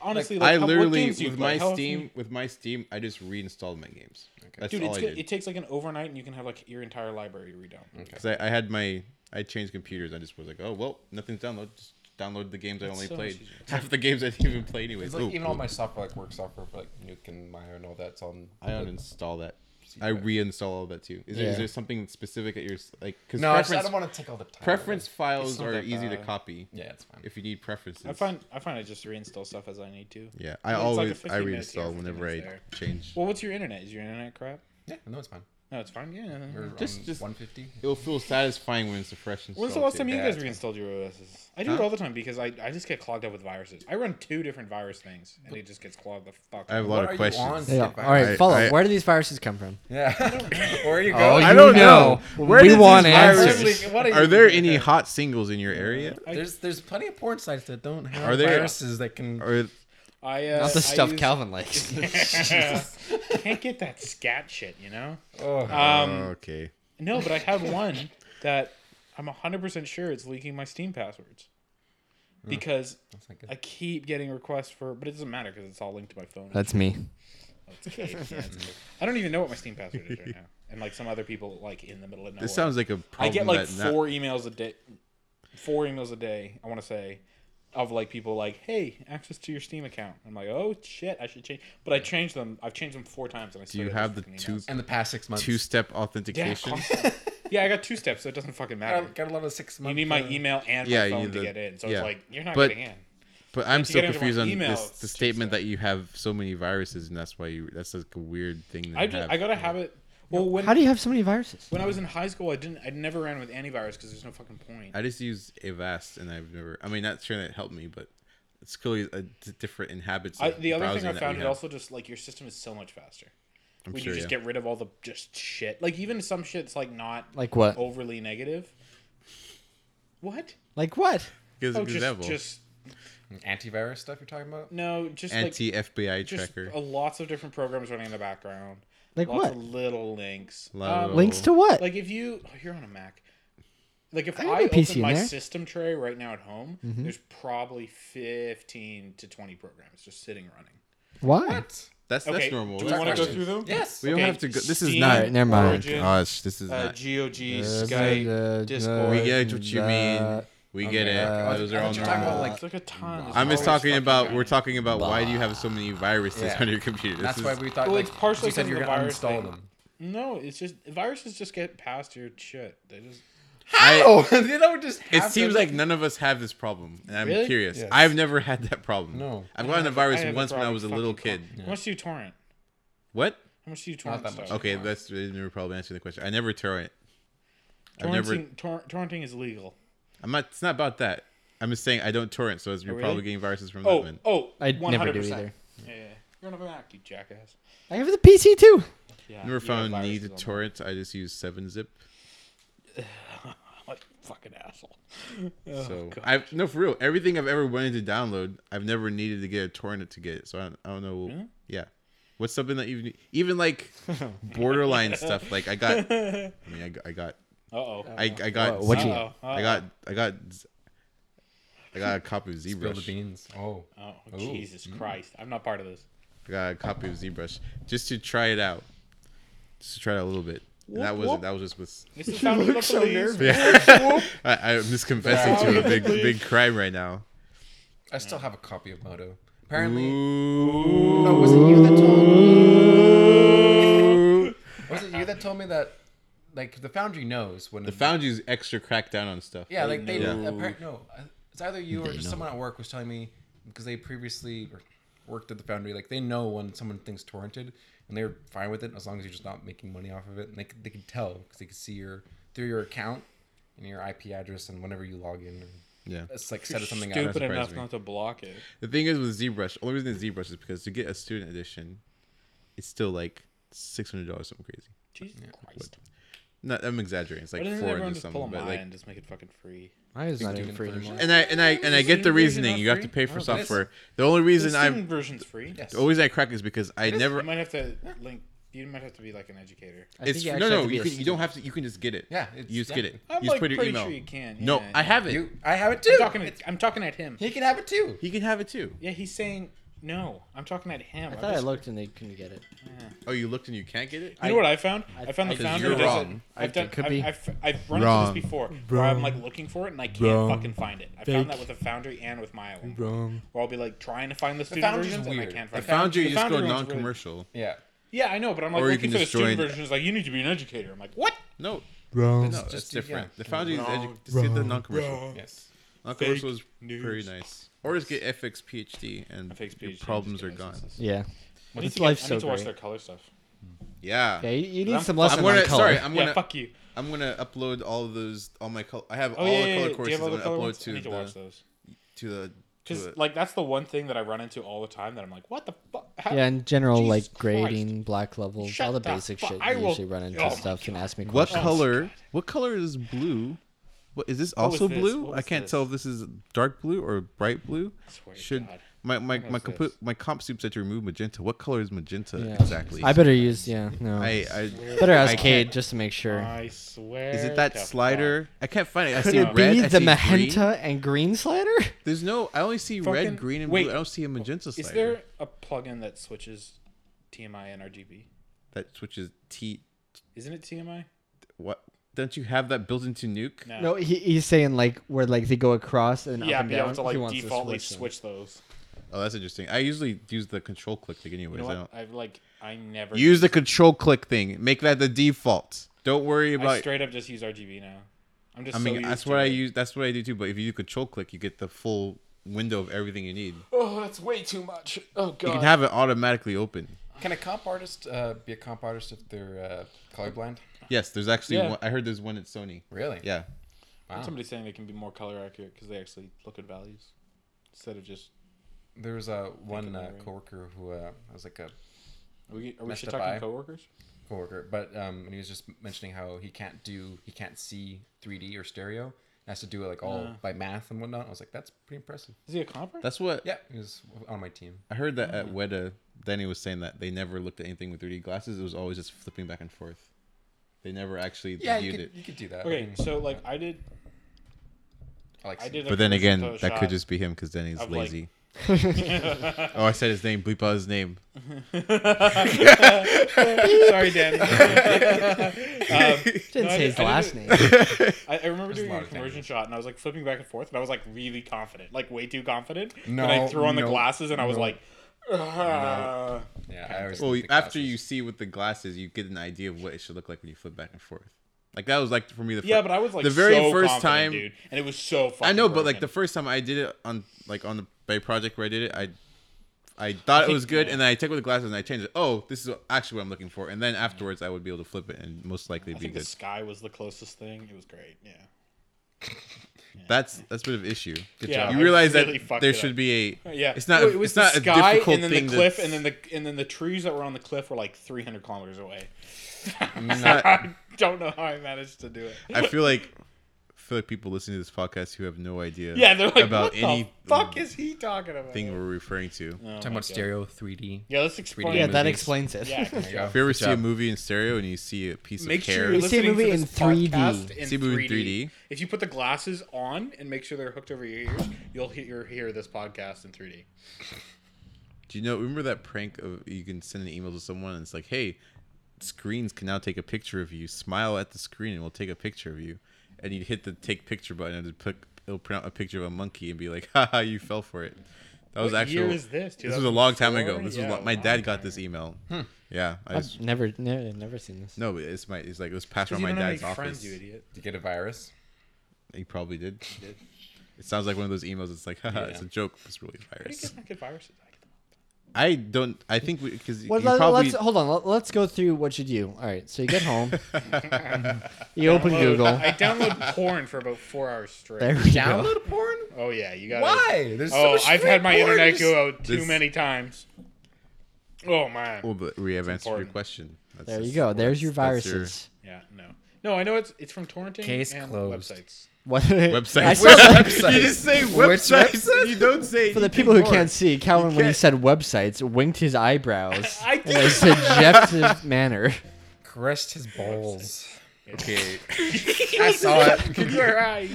Honestly, like, I how- what literally games do you with play? my How often Steam you- with my Steam, I just reinstalled my games. That's Dude, all it's I good. did. it takes like an overnight, and you can have like your entire library redone. Because I, I had my I changed computers. I just was like, oh well, nothing's downloaded. Just download the games I only so played. much easier. Half the games I didn't even play anyway. It's like even all my software, like work software for like Nuke and Maya and all that's on. I uninstall that. I reinstall all that too. Is, there, Yeah. is there something specific at your s- like? Because no, I, just, I preference, don't want to take all the time. preference It's files not are that easy to bad. copy Yeah, it's fine. if you need preferences. I find I find I just reinstall stuff as I need to. yeah, I Well, it's like a always I 15 minutes here, reinstall 15 whenever I minutes there. change. Well, what's your internet? Is your internet crap? yeah, no, it's fine. No, it's fine. Yeah. We're Just- on just- 150. It'll feel satisfying when it's a fresh install. When's the last too. time you Yeah, guys it's reinstalled your OSs? I do it Huh? all the time because I, I just get clogged up with viruses. I run two different virus things and it just gets clogged the fuck. I have a up. lot What of are you on? questions. There you go. If I- All right, I- follow. I- Where do these viruses come from? Yeah. Where are you Oh, going? you I don't know. know. Where We does want these answers. viruses- What are you- Are there any hot singles in your area? Uh, There's there's plenty of porn sites that don't have Are there- viruses that can. Or I uh, Not the I stuff use- Calvin likes. Can't get that scat shit, you know. Uh, Oh, Um, okay. no, but I have one that I'm 100% sure it's leaking my Steam passwords because that's not I good. keep getting requests for, but it doesn't matter because it's all linked to my phone. That's me. Oh, it's Kate. Yeah, it's Kate. I don't even know what my Steam password is right now, and like some other people like in the middle of nowhere. This sounds like a I problem. get like that not- four emails a day, four emails a day. I want to say, of like people like, "Hey, access to your Steam account." I'm like, "Oh shit, I should change," but I changed them. I've changed them four times, and I still you get those have the fucking two- emails. And the past six months. two-step Yeah, authentication. constant. yeah, I got two steps, so it doesn't fucking I matter. got a lot of six uh, You months. need my email and my Yeah, you phone need to the- get in. So yeah. it's like you're not But- getting in. But I'm you still get into my confused on email, this it's the two statement steps. that you have so many viruses, and that's why you. That's like a weird thing. To I have. just, I got to have it. Well, when How do you have so many viruses? when I was in high school, I didn't I never ran with antivirus because there's no fucking point. I just use Avast, and I've never. I mean, not sure that helped me, but it's clearly a d- different inhabits. I, of the other thing browsing I that found we is have. also just like your system is so much faster. I'm when sure, you just yeah. get rid of all the just shit. Like even some shit's like not Like what? Oh. overly negative. What? Like what? Gives an Oh, just example. just antivirus stuff you're talking about? no, just like anti FBI just tracker. a, lots of different programs running in the background. Like lots what? of little links. Lot of Um, little- Links to what? like if you oh, you're on a Mac. Like if Uh, I I, got my open PC in my there. Mm-hmm. system tray right now at home, there's probably fifteen to twenty programs just sitting running. Why? That's Okay, that's normal. do we That's want to go normal. through them? Yes. We don't Okay, have to go. This is Steam, not. Alright, never mind. Origin, Gosh, this is uh, not. GOG, Uh, Skype, uh, Discord. we get what you mean. We get Okay. it. Uh, Those I are thought all you normal. were talking about, normal. like, It's like a ton. I'm There's just always talking fucking about. guy. We're talking about why do you have so many viruses Yeah. on your computer? That's This why is- we thought Well, like, it's partially you said because you're of the gonna virus uninstall thing. them. No, it's just viruses just get past your shit. They just I- Oh, they don't just. It happen. seems like none of us have this problem, and I'm Really? curious. Yes. I've never had that problem. No. I've gotten a I virus have once when I problem was a little fucking kid. torrent. How much do you torrent? What? How much do you torrent? that much. stuff? Okay, that's you're probably answering the question. I never torrent. I've Torrenting, never. tor- torrenting is legal. I'm not. It's not about that. I'm just saying I don't torrent, so you're Oh, really? probably getting viruses from that Oh, one. oh, I 100%. never do either. Yeah, yeah. you're on a Mac, you jackass. I have the PC too. Yeah, Never you have found viruses need to on that. torrent. I just use Seven Zip. Like fucking asshole. So God. I no for real. Everything I've ever wanted to download, I've never needed to get a torrent to get it. So I don't, I don't know. Yeah, what's something that you need? even like borderline stuff? Like I got. I mean, I, got- I got. Uh oh. I, I got. What- what'd you- Z- I got. I got. Z- I got a copy of Spill the ZBrush. beans. Oh. Oh Ooh. Jesus Mm-hmm. Christ! I'm not part of this. I got a uh, copy of ZBrush just to try it out. Just to try it out a little bit. And that Whoop, was whoop. that was just with. This is founded on so police. nervous. Yeah. I, I'm just confessing to a big Please. big crime right now. I still have a copy of Moto. Apparently, Ooh. no, was it you that told? was it you that told me that? Like the Foundry knows when The Foundry's extra cracked down on stuff. Yeah, like they Yeah. apparently no. I- It's either you or just someone at work was telling me because they previously or worked at the foundry. Like they know when someone thinks torrented, and they're fine with it as long as you're just not making money off of it. And they c- they can tell because they can see your through your account and your IP address and whenever you log in. Or, Yeah. it's like set it something up. Stupid surprised enough me. not to block it. The thing is with ZBrush, only reason it's ZBrush is because to get a student edition, it's still like six hundred dollars, something crazy. Jesus Christ! No, I'm exaggerating. It's like Why doesn't four everyone hundred just pull a something, but mine like and just make it fucking free? Mine is not do even it free. for the and I and I and I get the Steam version reasoning. not You have to free? pay Oh, for think it is. software. The only reason the I'm Steam version's free. Yes. the always I crack is because I You never. might have to link. You might have to be like an educator. It's no no. You, can, you don't have to. You can just get it. Yeah, it's- you just get yeah. it. I'm you just like put your pretty email. sure you can. no, yeah. I have it. You, I have it I'm too. talking. At, I'm talking at him. he can have it too. He can have it too. Yeah, he's saying no. I'm talking at him. I thought I looked and they couldn't get it. Oh, you looked and you can't get it. You know what I found? I, I- found I- the 'Cause founder you're does it. wrong. I've done. Could I've, be. I've, I've run Wrong. into this before, where I'm like looking for it and I can't fucking find it. I found that with the Foundry and with my own. Wrong. Where I'll be like trying to find the student Foundry's versions and I weird. can't I find. it. found you. You The just go Foundry one's really- non-commercial. Yeah. Yeah, I know, but I'm like Or you can looking for the just student join- versions. Like you need to be an educator. I'm like, what? No, Wrong. no, Just- that's just do- different. yeah. The Foundry is edu- just get the non-commercial. Yes. Non-commercial is news. pretty nice. Or just get FX PhD and Fix your PhD, problems just are get gone. licenses. Yeah. I need It's to, get, I need life's so to watch great. their color stuff. Yeah. Yeah, you, you need I'm some fu- lesson I'm gonna on color. sorry. I'm yeah, gonna fuck you. I'm gonna upload all of those. All my color. I have Oh all yeah, yeah, the color yeah. Do you courses. have all I'm gonna the color upload ones? I to need to watch the those. to the Because to the- like that's the one thing that I run into all the time that I'm like, what the fuck? yeah, in general, Jesus like Christ. grading, black levels, Shut all the the basic fu- shit I you will- usually run into Oh my stuff and ask me What questions. color? What color is blue? What is this was also this? blue? What I was can't this? tell if this is dark blue or bright blue. swear to Should God. My my my, is compu- this? my comp soup said to remove magenta. What color is magenta Yeah. exactly? I better use yeah no. I, I better ask I Cade can't- just to make sure. I swear. is it that to slider? I can't find it. I Could see red. it be I the see magenta green. and green slider? There's no. I only see Fucking- red, green, and wait. blue. I don't see a magenta fuck. slider. Is there a plugin that switches TMI and RGB? that switches T? Isn't it TMI? What? Don't you have that built into Nuke? No, he, he's saying like where like they go across and Yeah, up and but you have down. to he like wants defaultly to switch. switch those. Oh, that's interesting. I usually use the control click thing, anyways. You know I what? don't I've like I never use the control click thing. Make that the default. Don't worry I about. straight up just use RGB now. I'm just. I mean, so that's used what to I it. use. That's what I do too. But if you do control click, you get the full window of everything you need. Oh, that's way too much. Oh god. You can have it automatically open. Can a comp artist uh, be a comp artist if they're uh, colorblind? Yes, there's actually. Yeah. One, I heard there's one at Sony. Really? Yeah, Wow. Somebody's saying they can be more color accurate because they actually look at values instead of just. There was uh, one uh, remembering. coworker who uh, was like a Are we, are we Messed should up talking eye. coworkers? coworker, but um, and he was just mentioning how he can't do, he can't see 3D or stereo. He has to do it like all Yeah. by math and whatnot. I was like, that's pretty impressive. Is he a comper? that's what. Yeah, he was on my team. I heard that at Weta. Danny was saying that they never looked at anything with 3D glasses. It was always just flipping back and forth. They never actually Yeah, you viewed could, it. you could do that. I Okay, mean, so like I did, I like I did. a But then commercial again, that could Photoshop. just be him because Danny's Of, like- lazy. oh, I said his name. Bleep out his name. Sorry, Danny. um, Didn't No, I say did- his I did last it. name. I, I remember a doing lot a of conversion tangents. shot, and I was like flipping back and forth, and I was like really confident, like way too confident. No, and I threw on the no, glasses, and I was no. like, "Ugh." Yeah, I always Well, like the after glasses. you see with the glasses, you get an idea of what it should look like when you flip back and forth. Like that was like for me the yeah, fir- but I was like the very so first confident, time. dude, and it was so. Fucking I know, but like the broken. first time I did it on like on the Bay project where I did it, I I thought it think- was good, and then I took with the glasses and I changed it. Oh, this is actually what I'm looking for, and then afterwards I would be able to flip it and most likely I be think the good. sky was the closest thing. It was great. Yeah. That's that's a bit of an issue. Good Yeah, job. I You realize really that fucked there it should up. be a Yeah, It's not. Well, a- it's not a difficult and then thing. the cliff, that's- and then the and then the trees that were on the cliff were like 300 kilometers away. it's not- I don't know how I managed to do it. I feel like I feel like people listening to this podcast who have no idea yeah, they're like, about what any the fuck is he talking about? thing we're referring to. Oh talking my about God. stereo 3D. Yeah, let's explain. yeah, Yeah, that movies. explains it. Yeah, There you go. If you ever Good see a job. movie in stereo and you see a piece Make of sure hair, you're We see a listening movie to this in 3D. podcast in See a movie in 3D. 3D. If you put the glasses on and make sure they're hooked over your ears, you'll hear, hear this podcast in 3D. do you know? Remember that prank of you can send an email to someone and it's like, hey, screens can now take a picture of you. Smile at the screen and we'll take a picture of you. And you'd hit the take picture button and it'd pick, it'll print out a picture of a monkey and be like, haha, you fell for it. That was What actually year is this? This was a long time 2004? ago. This Yeah, was a lo- my long dad got time this ago. email. Yeah, I was, I've never, never, never seen this. no, but it's my it's like it was passed around You my don't have dad's any office. friends, you idiot. Did you get a virus? He probably did. did. It sounds like one of those emails. It's like, haha, Yeah. it's a joke. but It's really Where do you virus. get fucking viruses? I get them. I don't. I think because Well, you let, probably us hold on. Let, let's go through what you do. All right, so you get home, you open Download- Google. I download porn for about four hours straight. there we go. Download porn? Oh yeah, you got. Why? There's so Oh, much I've had my porn. internet There's- go out too This- many times. Oh man. Well, but we have answered your important. question. That's There you just- go. There's your that's your- viruses. Yeah, no, no. I know it's it's from torrenting Case and closed. websites. What Websites. I saw- You just say websites. website? You don't say. For the anything people who more. can't see, Calvin, when he can't- said websites, winked his eyebrows I in a did. suggestive manner. Crushed his balls. Okay. I saw it. You're right.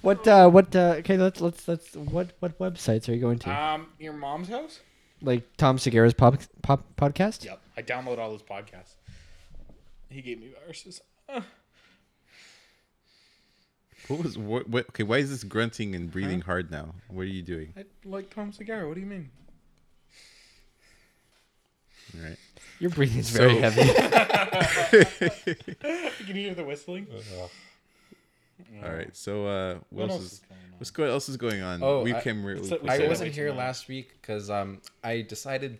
What? Uh, what? Uh, okay, let's let's let's. What what websites are you going Uh, to? Um, your mom's house? like Tom Segura's pop, pop podcast? Yep. I download all those podcasts. He gave me viruses. Ugh. What was what, what? Okay, why is this grunting and breathing hard now? What are you doing? I like Tom Segura. What do you mean? All right. Your breathing's very So- heavy. You can hear the whistling. All right. So, uh, what, else, is? going on? What's going? Else is going on. Oh, we I- came. Re- It's like we we I said said- wasn't way too here much. last week because um, I decided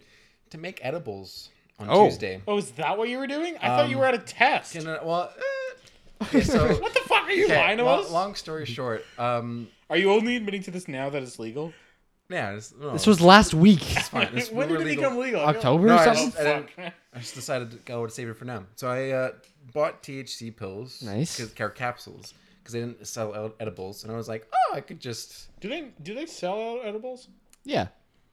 to make edibles on Oh. Tuesday. Oh, is that what you were doing? I thought you Um, were at a test. And, uh, well, eh, okay, so what the fuck are you okay, lying to lo- us? Long story short, um, Are you only admitting to this now that it's legal? yeah, this, no, This was last week, fine. This- when we did were it legal. become legal? I feel October No, or I something. I Like, didn't- fuck. I just decided I would save it for now. So I uh, bought THC pills, Nice. 'cause- or capsules, because they didn't sell out edibles, and I was like, oh, I could just Do they do they sell out edibles? Yeah,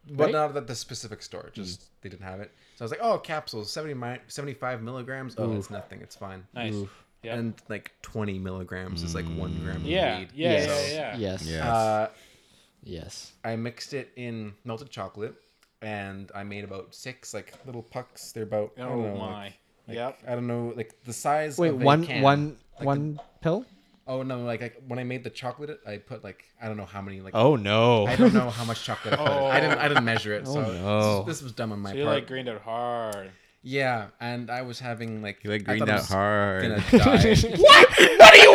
But uh, Right? not at the specific store. Just Mm. they didn't have it. So I was like, oh, capsules, 70 mi- 75 milligrams. Oh, it's nothing. It's fine. Nice. Yeah. And like 20 milligrams is like one gram of yeah. weed. Yeah, Yes. yeah, yeah. Yes. Yeah. Uh, Yes. I mixed it in melted chocolate, and I made about six like little pucks. They're about I Oh don't know, my. like- like, Yep. I don't know, like the size. Wait, of a one can. one Like the- one pill? oh no! Like, like when I made the chocolate, I put like I don't know how many like Oh no. I don't know how much chocolate. I, put in. I didn't. I didn't measure it. so Oh, no. this, this was dumb on my So you part. like greened out hard. yeah, and I was having like You like I thought greened I out was hard. Gonna die. What? What do you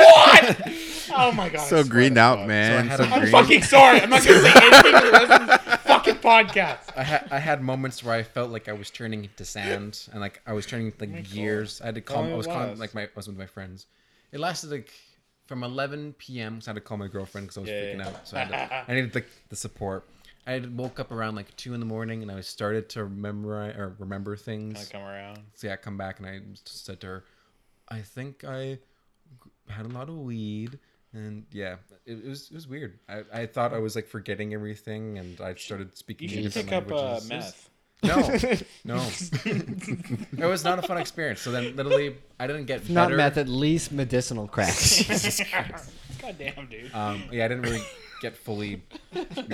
want? Oh my god. I so swear greened to out, God. man. So I had So, a- I'm I'm green. fucking sorry. I'm not gonna say anything to this fucking podcast. I had I had moments where I felt like I was turning into sand and like I was turning like gears. I had to call. Oh, I was it calling was. like my I was with my friends. It lasted like from 11 p.m. So I had to call my girlfriend because I was Yeah, freaking yeah. out. So I, had to, I needed the, the support. I had woke up around like two in the morning and I started to memorize or remember I things. come around. So yeah, I come back and I just said to her, "I think I had a lot of weed." And yeah, it, it was it was weird. I, I thought I was like forgetting everything, and I started speaking. You should different pick up uh, languages. It was- meth. no, no. it was not a fun experience. So then, literally, I didn't get Not better. meth, at least medicinal crack. God damn, dude. Um, yeah, I didn't really get fully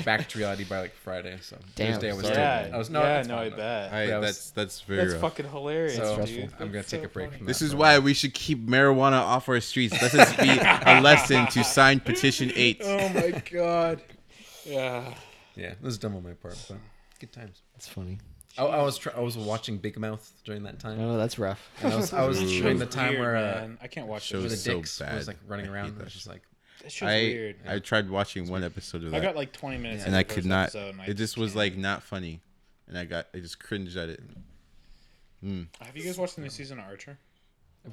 back to reality by like Friday. So Damn, Thursday I was sorry. yeah, still- I was no, yeah, it's no, fine, I though. bet. I, Yeah, I was- that's that's very That's rough. fucking hilarious, So, dude. I'm gonna That's take so a break funny. from This that is for a why we should keep marijuana off our streets. Let this be a lesson to sign petition eight. Oh my god. Yeah. Yeah, it was dumb on my part, but good times. That's funny. I, I was try- I was watching Big Mouth during that time. Oh, that's rough. And I was I was Ooh. during the time Weird, where uh, man. I can't watch shows- where it. the so dicks bad. was like running I around. hate and I that was just like, That shit's I weird. I tried watching one episode of I got that, like 20 minutes, and into I the could first not. episode, and I It just was can't. like not funny, and I got I just cringed at it. Have you guys watched the new season of Archer?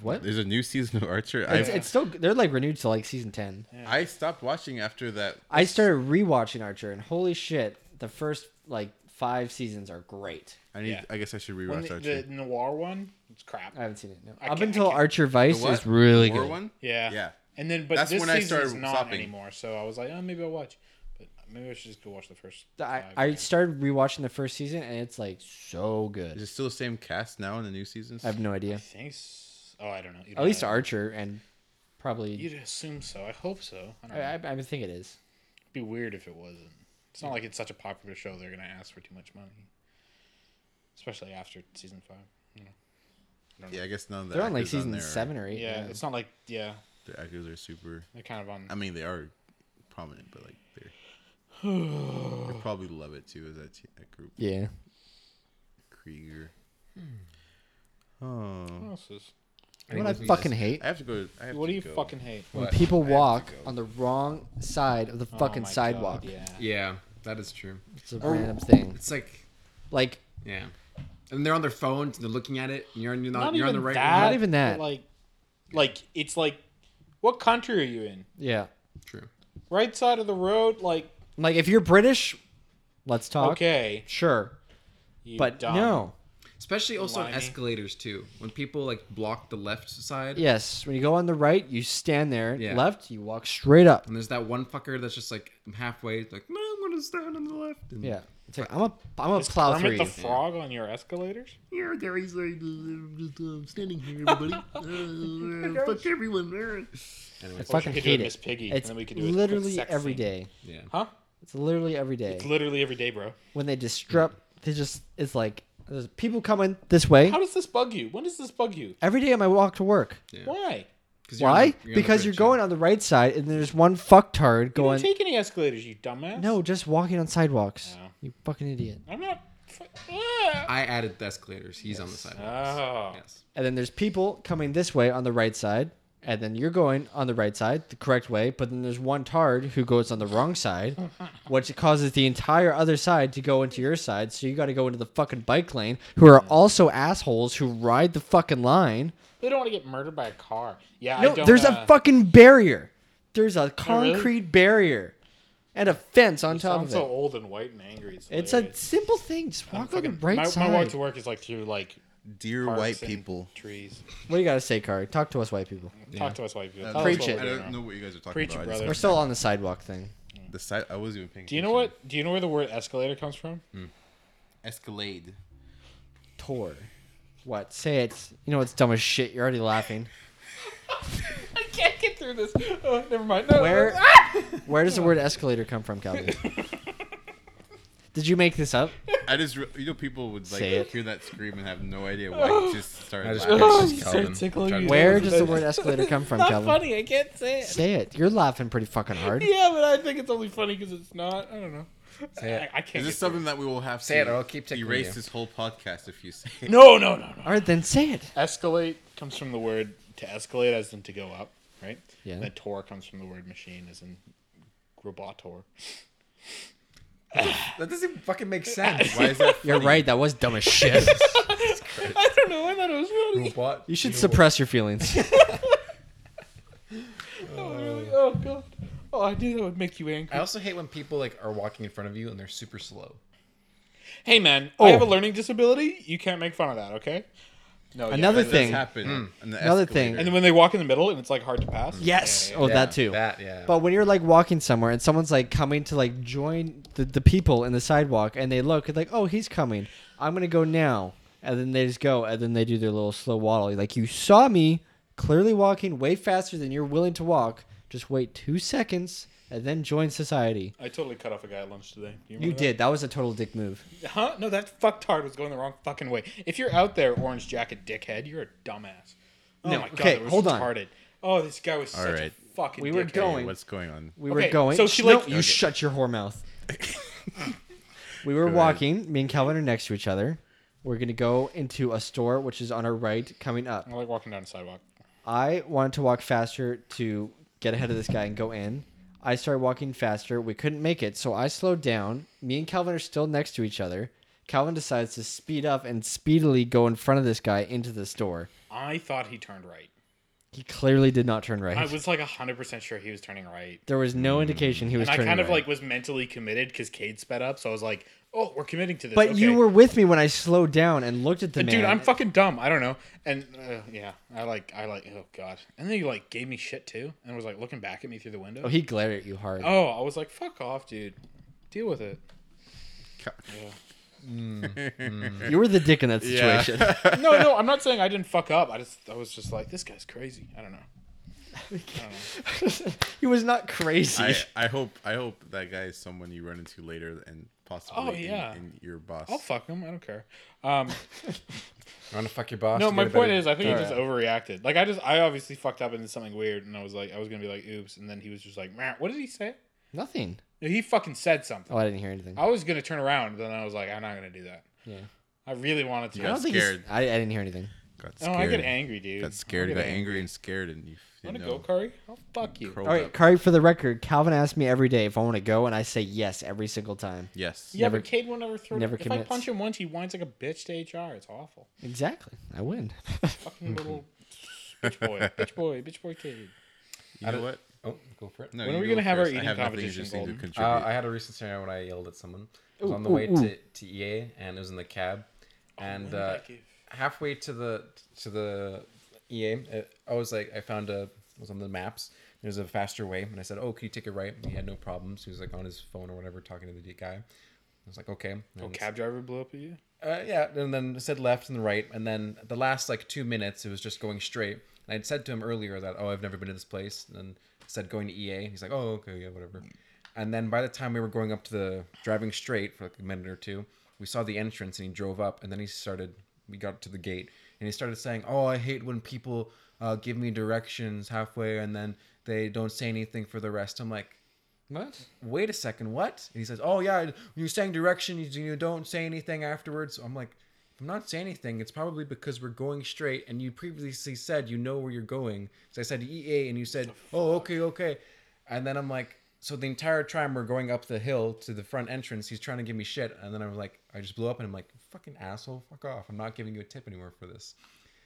What? There's a new season of Archer. It's, I it's still they're like renewed to like season ten. I stopped watching after that. I started rewatching Archer, and holy shit, the first like five seasons are great. I need. Yeah. I guess I should When rewatch the, Archer. the noir one, it's crap. I haven't seen it. No. I Up can't- I until can't- Archer The Vice what? is really War good. One? yeah, Yeah. and then but That's this when I season is started not stopping. anymore. So I was like, oh, maybe I'll watch, but maybe I should just go watch the first. I, five I again. started rewatching the first season, and it's like so good. Is it still the same cast now in the new seasons? I have no idea. I think. s- Oh, I don't know. You'd At least know. Archer, and probably You'd assume so. I hope so. I don't I, know. I, I think it is. It'd be weird if it wasn't. It's not like it's such a popular show. They're gonna ask for too much money, especially after season five. You know. Yeah, I guess none of the They're on like actors on season there are- seven or eight. Yeah, now. it's not like yeah, The actors are super. they're kind of on. I mean, they are prominent, but like they're. You'll probably love it too. Is that, t- that group yeah. Krieger? Hmm. Oh, what else is? think What I this was fucking just- hate I have to go. I have What to do you go. fucking hate? when What? people I have to walk go. on the wrong side of the Oh fucking my God, sidewalk. yeah. Yeah, that is true. It's a Or- random thing. It's like Like yeah, and they're on their phones. They're looking at it. And you're on you're, not, Not you're on even the right. that. Not even that. but, Like, like it's like, what country are you in? yeah. True. Right side of the road, like Like if you're British, let's talk. okay, Sure. you But dumb. no. Especially also on Limey. escalators too. When people like block the left side. Yes. When you go on the right, you stand there. Yeah. Left, you walk straight up. And there's that one fucker that's just like halfway, like no, I'm gonna stand on the left. And Yeah. It's like, I'm a I'm a Is plow Kermit through the you. Frog on your escalators? Here, there he's like, "I'm just uh, standing here, everybody. Uh, fuck everyone. I Anyways, we could fucking do a hate Miss it. Piggy, and It's then we could do a quick literally sex every scene. day. yeah. Huh? It's literally every day It's literally every day, bro. when they disrupt. They just it's like there's people coming this way How does this bug you? When does this bug you? every day on my walk to work. Yeah. Why? Why? because you're going on the right side, and there's one fucktard You going. don't take any escalators, you dumbass. No, just walking on sidewalks. No. You fucking idiot. I'm not. fu- Ah. I added the escalators. He's on the Ah. sidewalk. Oh. Yes. And then there's people coming this way on the right side, and then you're going on the right side, the correct way, but then there's one tard who goes on the wrong side, which causes the entire other side to go into your side, so you gotta go into the fucking bike lane, who are also assholes who ride the fucking line. They don't want to get murdered by a car. Yeah, I No, don't. there's uh, Oh, a fucking barrier. There's a really? concrete barrier and a fence on you top of sound it. so old and white and angry. It's, it's a hilarious. simple thing. Just I'm walk on the fucking- right my, side. My walk to work is like through like Dear parks white and people. trees. What do you gotta say, Kari? Talk to us, white people. Talk to us, white people. I Tell don't- us what Preach it. we're Uh, I doing don't wrong. know what you guys are talking Preach it, about. I brother. We're still on the sidewalk thing. just- the side. I was even paying. Do you know attention. what? Do you know where the word escalator comes from? Escalade. Tor. What? Say it. You know it's dumb as shit. You're already laughing. I can't get through this. Oh, never mind. No, Where- Where does the word escalator come from, Calvin? Did you make this up? I just re- you know people would like Say it. hear that scream and have no idea why. it just started. I just laughing. pictured you start Calvin. tickling trying to- your- Where Calvin. does the word escalator come from, Not Calvin? funny. I can't say it. Say it. You're laughing pretty fucking hard. Yeah, but I think it's only funny because it's not. I don't know. Say it. I, I can't. Is get this something that we will have Say to it or I'll keep tickling erase you. this whole podcast if you say through. it? No, no, no, no. All right, then say it. Escalate comes from the word to escalate, as in to go up, right? Yeah. And then tor comes from the word machine, as in robotor. That doesn't fucking make sense. Why is that? You're right. That was dumb as shit. I don't know. I thought it was really. Robot. You should suppress your feelings. Oh, really? oh god. Oh, I knew that would make you angry. I also hate when people like are walking in front of you and they're super slow. Hey man, Oh. I have a learning disability. You can't make fun of that, okay? No. yeah, Another that- That's thing. happened. on the Another thing. And then when they walk in the middle and it's like hard to pass. Yes. Yeah, yeah, Oh, Yeah, that too. That yeah. But when you're like walking somewhere and someone's like coming to like join the, the people in the sidewalk and they look and like, oh, he's coming. I'm gonna go now. And then they just go and then they do their little slow waddle. You're like, you saw me clearly walking way faster than you're willing to walk. Just wait two seconds and then join society. yeah. I totally cut off a guy at lunch today. Do You remember that? did. That was a total dick move. Huh? No, that fucktard was going the wrong fucking way. If you're out there, orange jacket dickhead, you're a dumbass. Oh, No, my god, okay, that was hold on. retarded. Oh, this guy was such right. a fucking We were dickhead. going- What's going on? We Okay, were going. so she, No, like- you Okay. shut your whore mouth. we were ahead. walking. Me and Calvin are next to each other. We're gonna go into a store which is on our right coming up. I like walking down the sidewalk. I wanted to walk faster to get ahead of this guy and go in. I started walking faster. We couldn't make it, so I slowed down. Me and Calvin are still next to each other. Calvin decides to speed up and speedily go in front of this guy into the store. I thought he turned right. He clearly did not turn right. I was like 100% sure he was turning right. there was no indication he was And I turning kind of right. like was mentally committed because Cade sped up, so I was like, "Oh, we're committing to this." But you okay. were with me when I slowed down and looked at the Uh, man. dude. I'm fucking dumb. I don't know. And uh, yeah, I like, I like. Oh god. And then he like gave me shit too, and was like looking back at me through the window. Oh, he glared at you hard. Oh, I was like, fuck off, dude. Deal with it. Ca- You were the dick in that Hmm. Yeah. situation. No, no, I'm not saying I didn't fuck up. I just, I was just like, this guy's crazy. I don't know. he was not crazy. I, I hope I hope that guy is someone you run into later and possibly Oh, yeah. in, in your boss. I'll fuck him. I don't care. Um, you want to fuck your boss? no, You my got a point better- is, I think he just uh, Alright. overreacted. Like, I just, I obviously fucked up into something weird, and I was like, I was gonna be like, oops, and then he was just like, "Meh." what did he say? Nothing. No, He fucking said something. Oh, I didn't hear anything. I was gonna turn around, but then I was like, I'm not gonna do that. Yeah. I really wanted to. Yeah. I got don't think he's- scared. I, I didn't hear anything. Got No, scared. Oh, I get angry, dude. Got scared. I Got get angry and scared, and you f- Wanna didn't go, know. Curry? I'll fuck you. Curled All right, up. Kari, for the record, Calvin asks me every day if I want to go, and I say yes every single time. Yes. Yeah, Never- but Cade will never throw. never if I commits. punch him once, he whines like a bitch to HR. It's awful. Exactly. I win. Fucking little bitch boy, bitch boy, bitch boy Cade. You know what? Oh, go for it. No, When you are we go gonna have our first. I eating have nothing competition, interesting to Golden? contribute. Uh, I had a recent scenario when I yelled at someone. I was Ooh, on the ooh, way ooh. to, to EA, and it was in the cab, and did uh, Oh, I give? halfway to the to the EA, uh, I was like, I found a I was on the maps. There's a faster way, and I said, "Oh, can you take a right?" And he had no problems. He was like on his phone or whatever, talking to the d- guy. I was like, "Okay." And Oh, cab driver blew up at you. uh, yeah, and then said left and right, and then the last like two minutes, it was just going straight. And I'd said to him earlier that, "Oh, I've never been to this place," and then said going to EA. He's like, "Oh, okay, yeah, whatever." And then by the time we were going up to the driving straight for like a minute or two, we saw the entrance, and he drove up, and then he started. We got to the gate, and he started saying, "Oh, I hate when people uh, give me directions halfway, and then they don't say anything for the rest." I'm like, What? wait a second, what? And he says, oh yeah, when you're saying direction, you, you don't say anything afterwards. I'm like, if I'm not saying anything, it's probably because we're going straight, and you previously said you know where you're going. So I said EA, and you said, oh okay, okay, and then I'm like, so the entire time we're going up the hill to the front entrance, he's trying to give me shit, and then I'm like, I just blew up, and I'm like, fucking asshole, fuck off, I'm not giving you a tip anymore for this.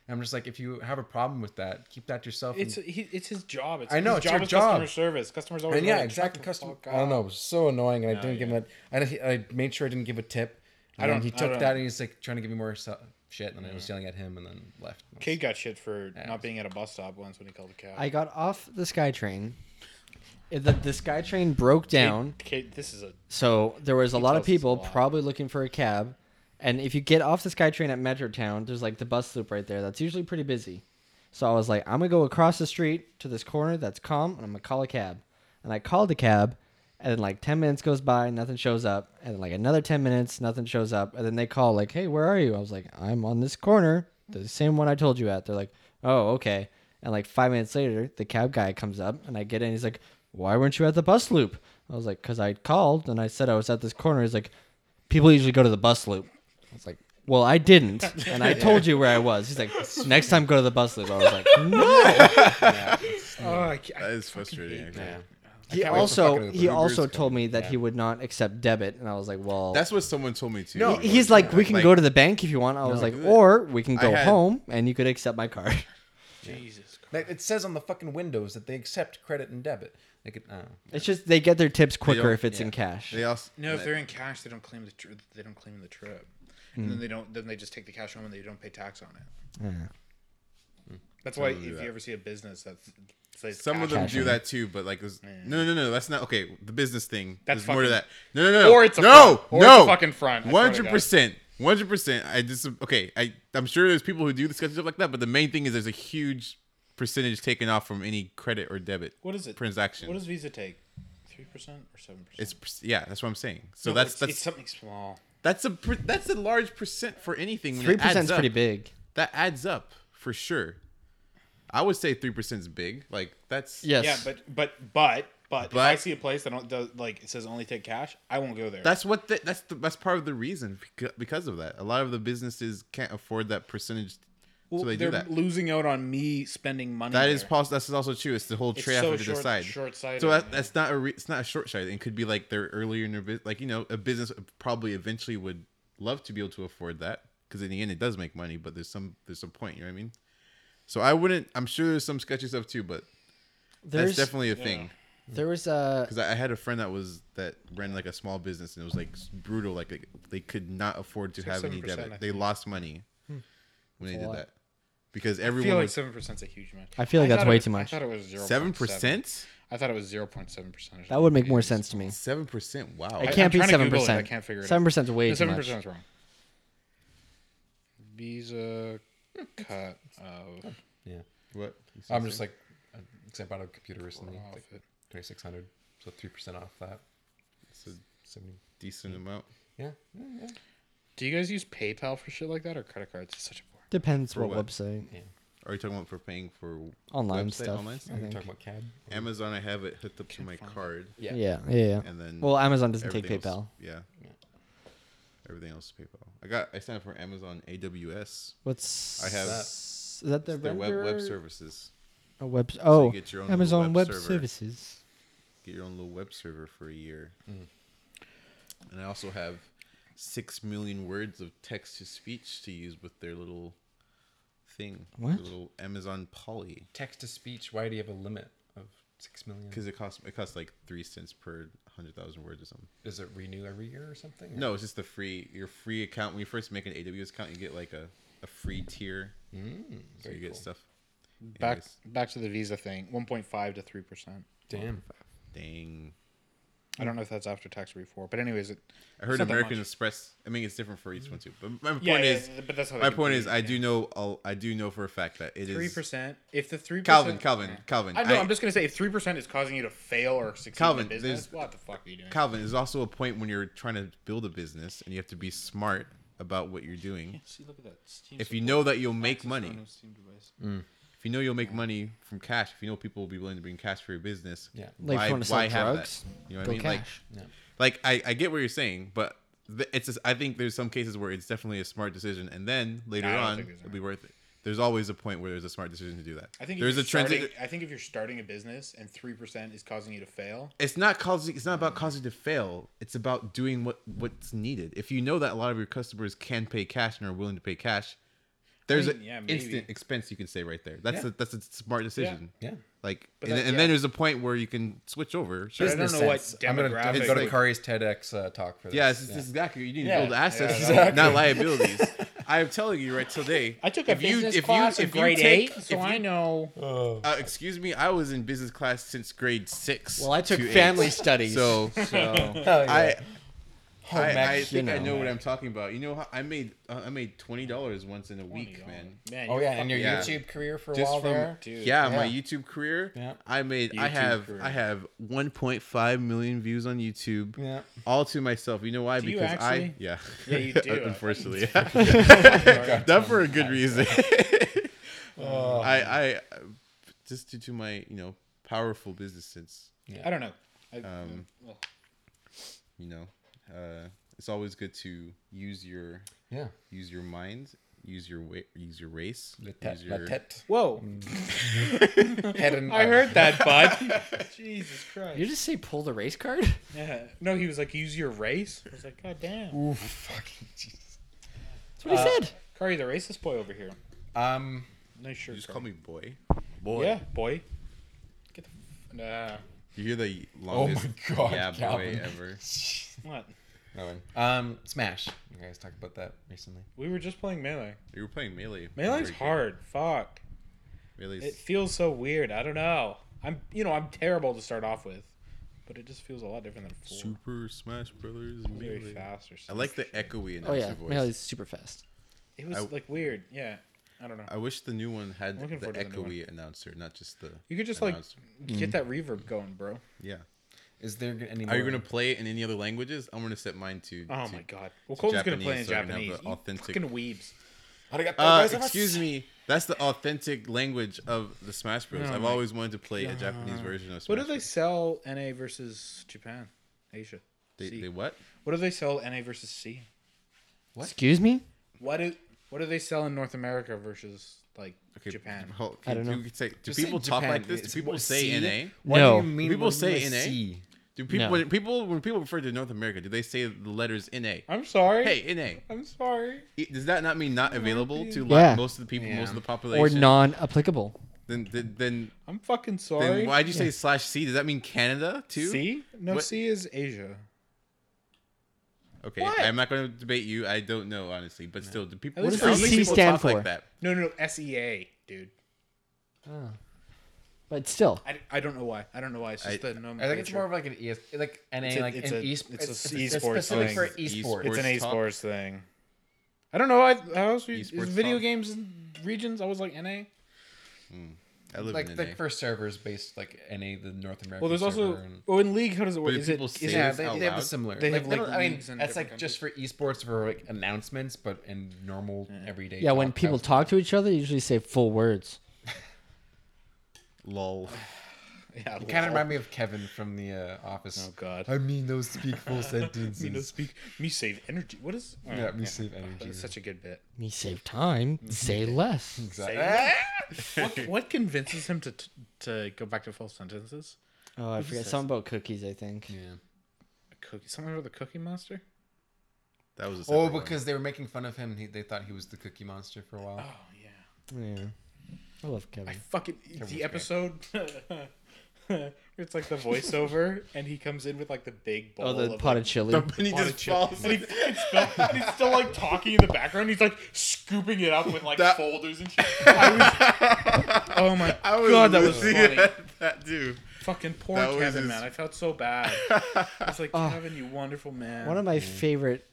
And I'm just like, if you have a problem with that, keep that to yourself. It's and- he, it's his job. It's I know, his it's job your is job. customer service. Customers always. And know yeah, to exactly. shut the Custom. fuck I don't up. know. It was so annoying, and I didn't give yeah. him. A, I, didn't- I made sure I didn't give a tip. And I I don't- don't. He I took don't- that, and he's like trying to give me more so- shit, and I was yelling at him, and then left. Cade got shit for Yeah. not being at a bus stop once when he called a cab. I got off the SkyTrain. It- The, the SkyTrain broke down, Cade, Cade, this is a so there was a lot tells of us a people lot. probably looking for a cab, And if you get off the SkyTrain at Metro Town, there's like the bus loop right there. That's usually pretty busy. So I was like, I'm gonna go across the street to this corner that's calm, and I'm gonna call a cab. And I called the cab, and then like ten minutes goes by, nothing shows up, and then like another ten minutes, nothing shows up, and then they call like, Hey, where are you? I was like, I'm on this corner, the same one I told you at. They're like, Oh, okay. And like five minutes later, the cab guy comes up, and I get in. He's like, Why weren't you at the bus loop? I was like, Cause I called and I said I was at this corner. He's like, People usually go to the bus loop. I was like, well, I didn't, and I told you where I was. He's like, next time go to the bus loop. I was like, no. Oh, I ca- I That is fucking frustrating, hate actually. that. He can't wait for also fucking he Uber. also Uber's told me that he Yeah. would not accept debit, and I was like, well, That's what someone told me too. No, Like, he's like, we can like, go to the bank if you want. I was like, or we can go I had- home and you could accept my card. Jesus. Christ. Like, it says on the fucking windows that they accept credit and debit. Like, it, uh, It's just they get their tips quicker don't- if it's in yeah. cash. They also No, if they're in cash, they don't claim the trip. They don't claim the trip, and then they don't. Then they just take the cash home and they don't pay tax on it. Yeah. That's why Some of if them do you that. ever see a business that's says some of cash- them Cash do on that too, but like, there's- no, no, no, that's not okay. The business thing. That's That's more to that. fucking- No, no, no, Or it's a no, front. Or no, it's a fucking front, I One swear to hundred percent, one hundred percent. I just okay. I I'm sure there's people who do this kind of stuff like that, but the main thing is there's a huge percentage taken off from any credit or debit. What is it? Transaction. What does Visa take? Three percent or seven percent? It's per- yeah, that's what I'm saying. So that's it's, that's it's something small. that's a per- that's a large percent for anything. when it Three percent's adds up. pretty big. That adds up for sure. I would say three percent is big. Like that's Yes. Yeah, but but but but, if I But- see a place that don't does like it says only take cash, I won't go there. That's what the, that's the, that's part of the reason becau- because of that. A lot of the businesses can't afford that percentage, well, so they they're do that. losing out on me spending money. That is there. possible. That's also true. It's the whole It's trade so effort to short- decide. short-sighted, So that, yeah. that's not a re, it's not a short sighted. It could be like they're earlier in their business. Like you know, a business probably eventually would love to be able to afford that because in the end it does make money. But there's some there's some point. You know what I mean? So I wouldn't. I'm sure there's some sketchy stuff too, but There's that's definitely a thing. there was uh, a Because I I had a friend that was that ran like a small business and it was like s- brutal. Like they, they could not afford to It's like have any 7%, I debit. They think. Hmm. lost money when they That's a did lot. that because I everyone feel like was seven percent's a huge amount. I feel like that's thought it way was- too much. I thought it was zero seven percent. I thought it was zero point seven percent. that would make more sense to me. Seven percent. Wow. It I- can't I'm be trying to seven Google it, I percent. can't figure it out. Seven percent is way too Seven much. percent is wrong. Visa cut of yeah. what? I'm just like, uh, cause I bought a computer recently, like profit. 2600, so 3% off that. It's a 70. decent amount. Yeah. Do you guys use PayPal for shit like that or credit cards? It's such a bore. Depends For what, what? website. Are you talking about for paying for Online website, stuff. Online I stuff? You're think. talking about CAD? Amazon. I have it hooked up to my find it. card, Yeah. Yeah, yeah, yeah. and then Well, Amazon doesn't take everything PayPal. else- yeah. Everything else is PayPal. I got. I signed up for Amazon AWS. What's I have- Is that their, It's their web web vendor? services. A web. you Oh, get your own little Amazon web Web, server. Services. get your own little web server for a year. Mm. And I also have six million words of text to speech to use with their little thing. their What? little Amazon Poly. Text to speech, why do you have a limit of 6 million? Because it costs it costs like three cents per hundred thousand words or something. Does it renew every year or something? No, it's just the free your free account. When you first make an AWS account, you get like a, a free tier. Mm, So you very get cool. stuff. Back Anyways, back to the Visa thing. One point five to three percent. Damn. Dang. I don't know if that's after tax or before, but anyways, it, I heard not that American much. Express. I mean, it's different for Mm. each one too. But my point Yeah, yeah, is, but that's how my point is, I do know, I'll, I do know for a fact that it is three percent. If the three Calvin, Calvin, Calvin. I know. I- I, am just gonna say, if three percent is causing you to fail or succeed Calvin, in business, there's- what the fuck are you doing? Calvin, there's also a point when you're trying to build a business and you have to be smart about what you're doing. See, look at that. Steam If you know that you'll make access money, Mm. phone and Steam device. if you know you'll make money from cash, if you know people will be willing to bring cash for your business, Yeah. Like if you want to sell have drugs, You know what go I mean? cash. Yeah. Like, like I, I get what you're saying, but th- it's just, I think there's some cases where it's definitely a smart decision, and then later I don't on think there's it'll be worth it. There's always a point where there's a smart decision to do that. I think if there's you're a transition. starting- I think if you're starting a business and three percent is causing you to fail, it's not causing it's not about causing to fail it's about doing what what's needed if you know that a lot of your customers can pay cash and are willing to pay cash there's I mean, an yeah, maybe. instant expense you can say right there that's Yeah. a that's a smart decision Yeah. like But and, that- and then yeah. there's a point where you can switch over But I don't Business know what sense. I'm going to demographic. go to like- Kari's TEDx uh, talk for this. yeah, it's, it's exactly you need to Yeah. build assets Yeah, not liabilities i'm telling you right today I took a business class in grade eight, so if I you- know. uh, excuse me i was in business class since grade six Well, I took to eight. family studies. so so Hell yeah. I I, I you think I know. know what I'm talking about. You know, how I made uh, I made twenty dollars once in a week, man. man Oh you yeah, and your fucking- Yeah. YouTube career for a Just while from there. Dude. yeah, my Yeah. YouTube career. Yeah. I made I YouTube have career. I have 1.5 million views on YouTube. Yeah. All to myself. You know why? you because I actually? yeah. Yeah, you do. Unfortunately. Sorry. That for a good reason. Oh. I I uh, just due to my, you know, powerful business sense, I don't know. I, Um, well, you know. Uh it's always good to use your yeah. use your mind, use your wa- use your race, La use tête, la your tête. whoa! Head and I heard that, bud. Jesus Christ. You just say pull the race card? yeah. No, he was like, "Use your race." I was like, "God damn, Ooh, fucking Jesus. That's Uh, what he said. Kari, the racist boy over here." Um, Nice You shirt. just Kari. call me boy. Boy. Yeah, boy. Get the. F- You hear the Oh my longest God, yeah Calvin. boy ever. nah. What? no one. Um, Smash. You guys talked about that recently. We were just playing melee. You were playing melee. Very Melee's good. hard. Fuck. Melee's It feels so weird. I don't know. I'm, you know, I'm terrible to start off with, but it just feels a lot different than four. Super Smash Brothers Very Melee. fast or I something. like the echoey announcer Oh yeah, voice. Melee's super fast. It was I- like weird. Yeah. I don't know. I wish the new one had looking the forward to the new one. echoey announcer, not just the. You could just like announcer. get that reverb going, bro. Yeah. Is there g- any? Are you more- gonna play it in any other languages? I'm gonna set mine to. Oh to- my god. Well, Colton's gonna play Japanese, in so I can have Japanese. the You authentic- fucking weebs. Arigato Uh, gozaimasu. excuse me. That's the authentic language of the Smash Bros. Oh I've my always wanted to play a Japanese version of Smash. What do they sell NA versus Japan, Asia? Bros. They, C. they what? What do they sell NA versus C? Excuse me? What do What do they sell in North America versus like Okay. Japan? hold- I don't do know. you say- do Just say people talk Japan. like this? It's Do people what, say C? NA? What No. do you mean People when say you NA? C? Do people No. when people when people refer to North America, do they say the letters NA? I'm sorry. Hey, NA. I'm sorry. It- Does that not mean not available to Yeah. like most of the people, Yeah. most of the Or population? non applicable. Then, then, then, I'm fucking sorry. then why'd you say slash C? Does that mean Canada too? C? No, What- C is Asia. Okay, What? I'm not going to debate you. I don't know honestly, but still, do people? What does I don't the think C people stand talk like for? that. No, no, no, SEA, dude. But still. I, I don't know why. I don't know why. It's just the nomenclature. I think it's more of like an ES, like NA, a- like it's an a- e- it's, it's a it's esports specific thing. for It's esports. esports. It's an Sports talk. esports thing. I don't know. I, I always used Esports video talk. games in regions. I was like NA. I live like in like like for servers based like NA the North American. Well, there's also server and- oh in league. How does it work? do Is it people is say it- yeah, out they, they have a loud? similar. They like, have, they like, don't- I mean, leagues in that's like different just for esports for like announcements, but in normal everyday. Yeah, when talk, people that's- talk to each other, they usually say full words. lol. yeah, It kind of remind me of Kevin from the uh, Office. Oh God. I mean those speak full sentences. me to speak. Me save energy. What is? oh, Yeah, me save energy. That's such a good bit. Me save time, Mm-hmm. say less. Exactly. What, what convinces him to t- to go back to full sentences? Oh, I forget. says- Something about cookies, I think. Yeah. A cookie. Something about the Cookie Monster. That was a Oh, separate one. because they were making fun of him. He, they thought he was the Cookie Monster for a while. Oh yeah. Yeah. I love Kevin. I fucking Everyone's the episode. it's like the voiceover, and he comes in with like the big bowl. Oh, the of, pot like, of chili. and he pot of just chip. falls. And he, fucking spill- and he's still like talking in the background. He's like scooping it up with like That- folders and shit. I was- oh my I was god, that was losing funny. at that dude. Fucking poor That was Kevin, his- man. I felt so bad. I was like, Kevin, you wonderful man. One of my favorite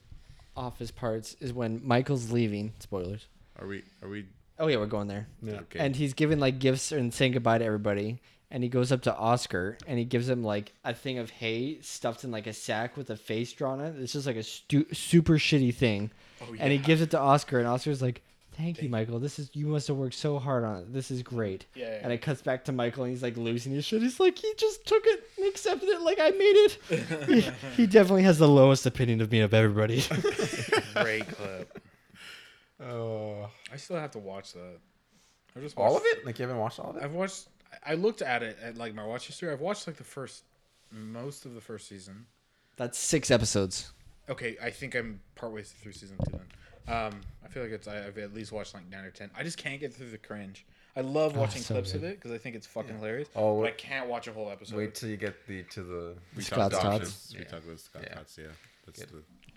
office parts is when Michael's leaving. Spoilers. Are we? Are we? Oh yeah, we're going there. Yeah. Okay. And he's giving like gifts and saying goodbye to everybody. And he goes up to Oscar and he gives him like a thing of hay stuffed in like a sack with a face drawn on it. It's just like a stu- super shitty thing. And he Oh, yeah. gives it to Oscar, and Oscar's like, "Thank you, Michael. This is you must have worked so hard on it. This is great." Yeah, yeah, And yeah. it cuts back to Michael, and he's like losing his shit. He's like, "He just took it and accepted it. Like I made it." he, he definitely has the lowest opinion of me of everybody. great clip. Oh. I still have to watch that. I just all of watched- it? Like you haven't watched all of it? I've watched. I looked at it at like my watch history. I've watched like the first, most of the first season. That's six episodes. Okay, I think I'm partway through season two. Then. Um, I feel like it's I- I've at least watched like nine or ten. I just can't get through the cringe. I love watching so clips of good. it because I think it's fucking hilarious. Oh, Oh, but I wait- can't watch a whole episode. Wait till you get the to the. We Scott's talked about Tots. this. We talked about Scott Yeah. Tots. Yeah. That's Good. the,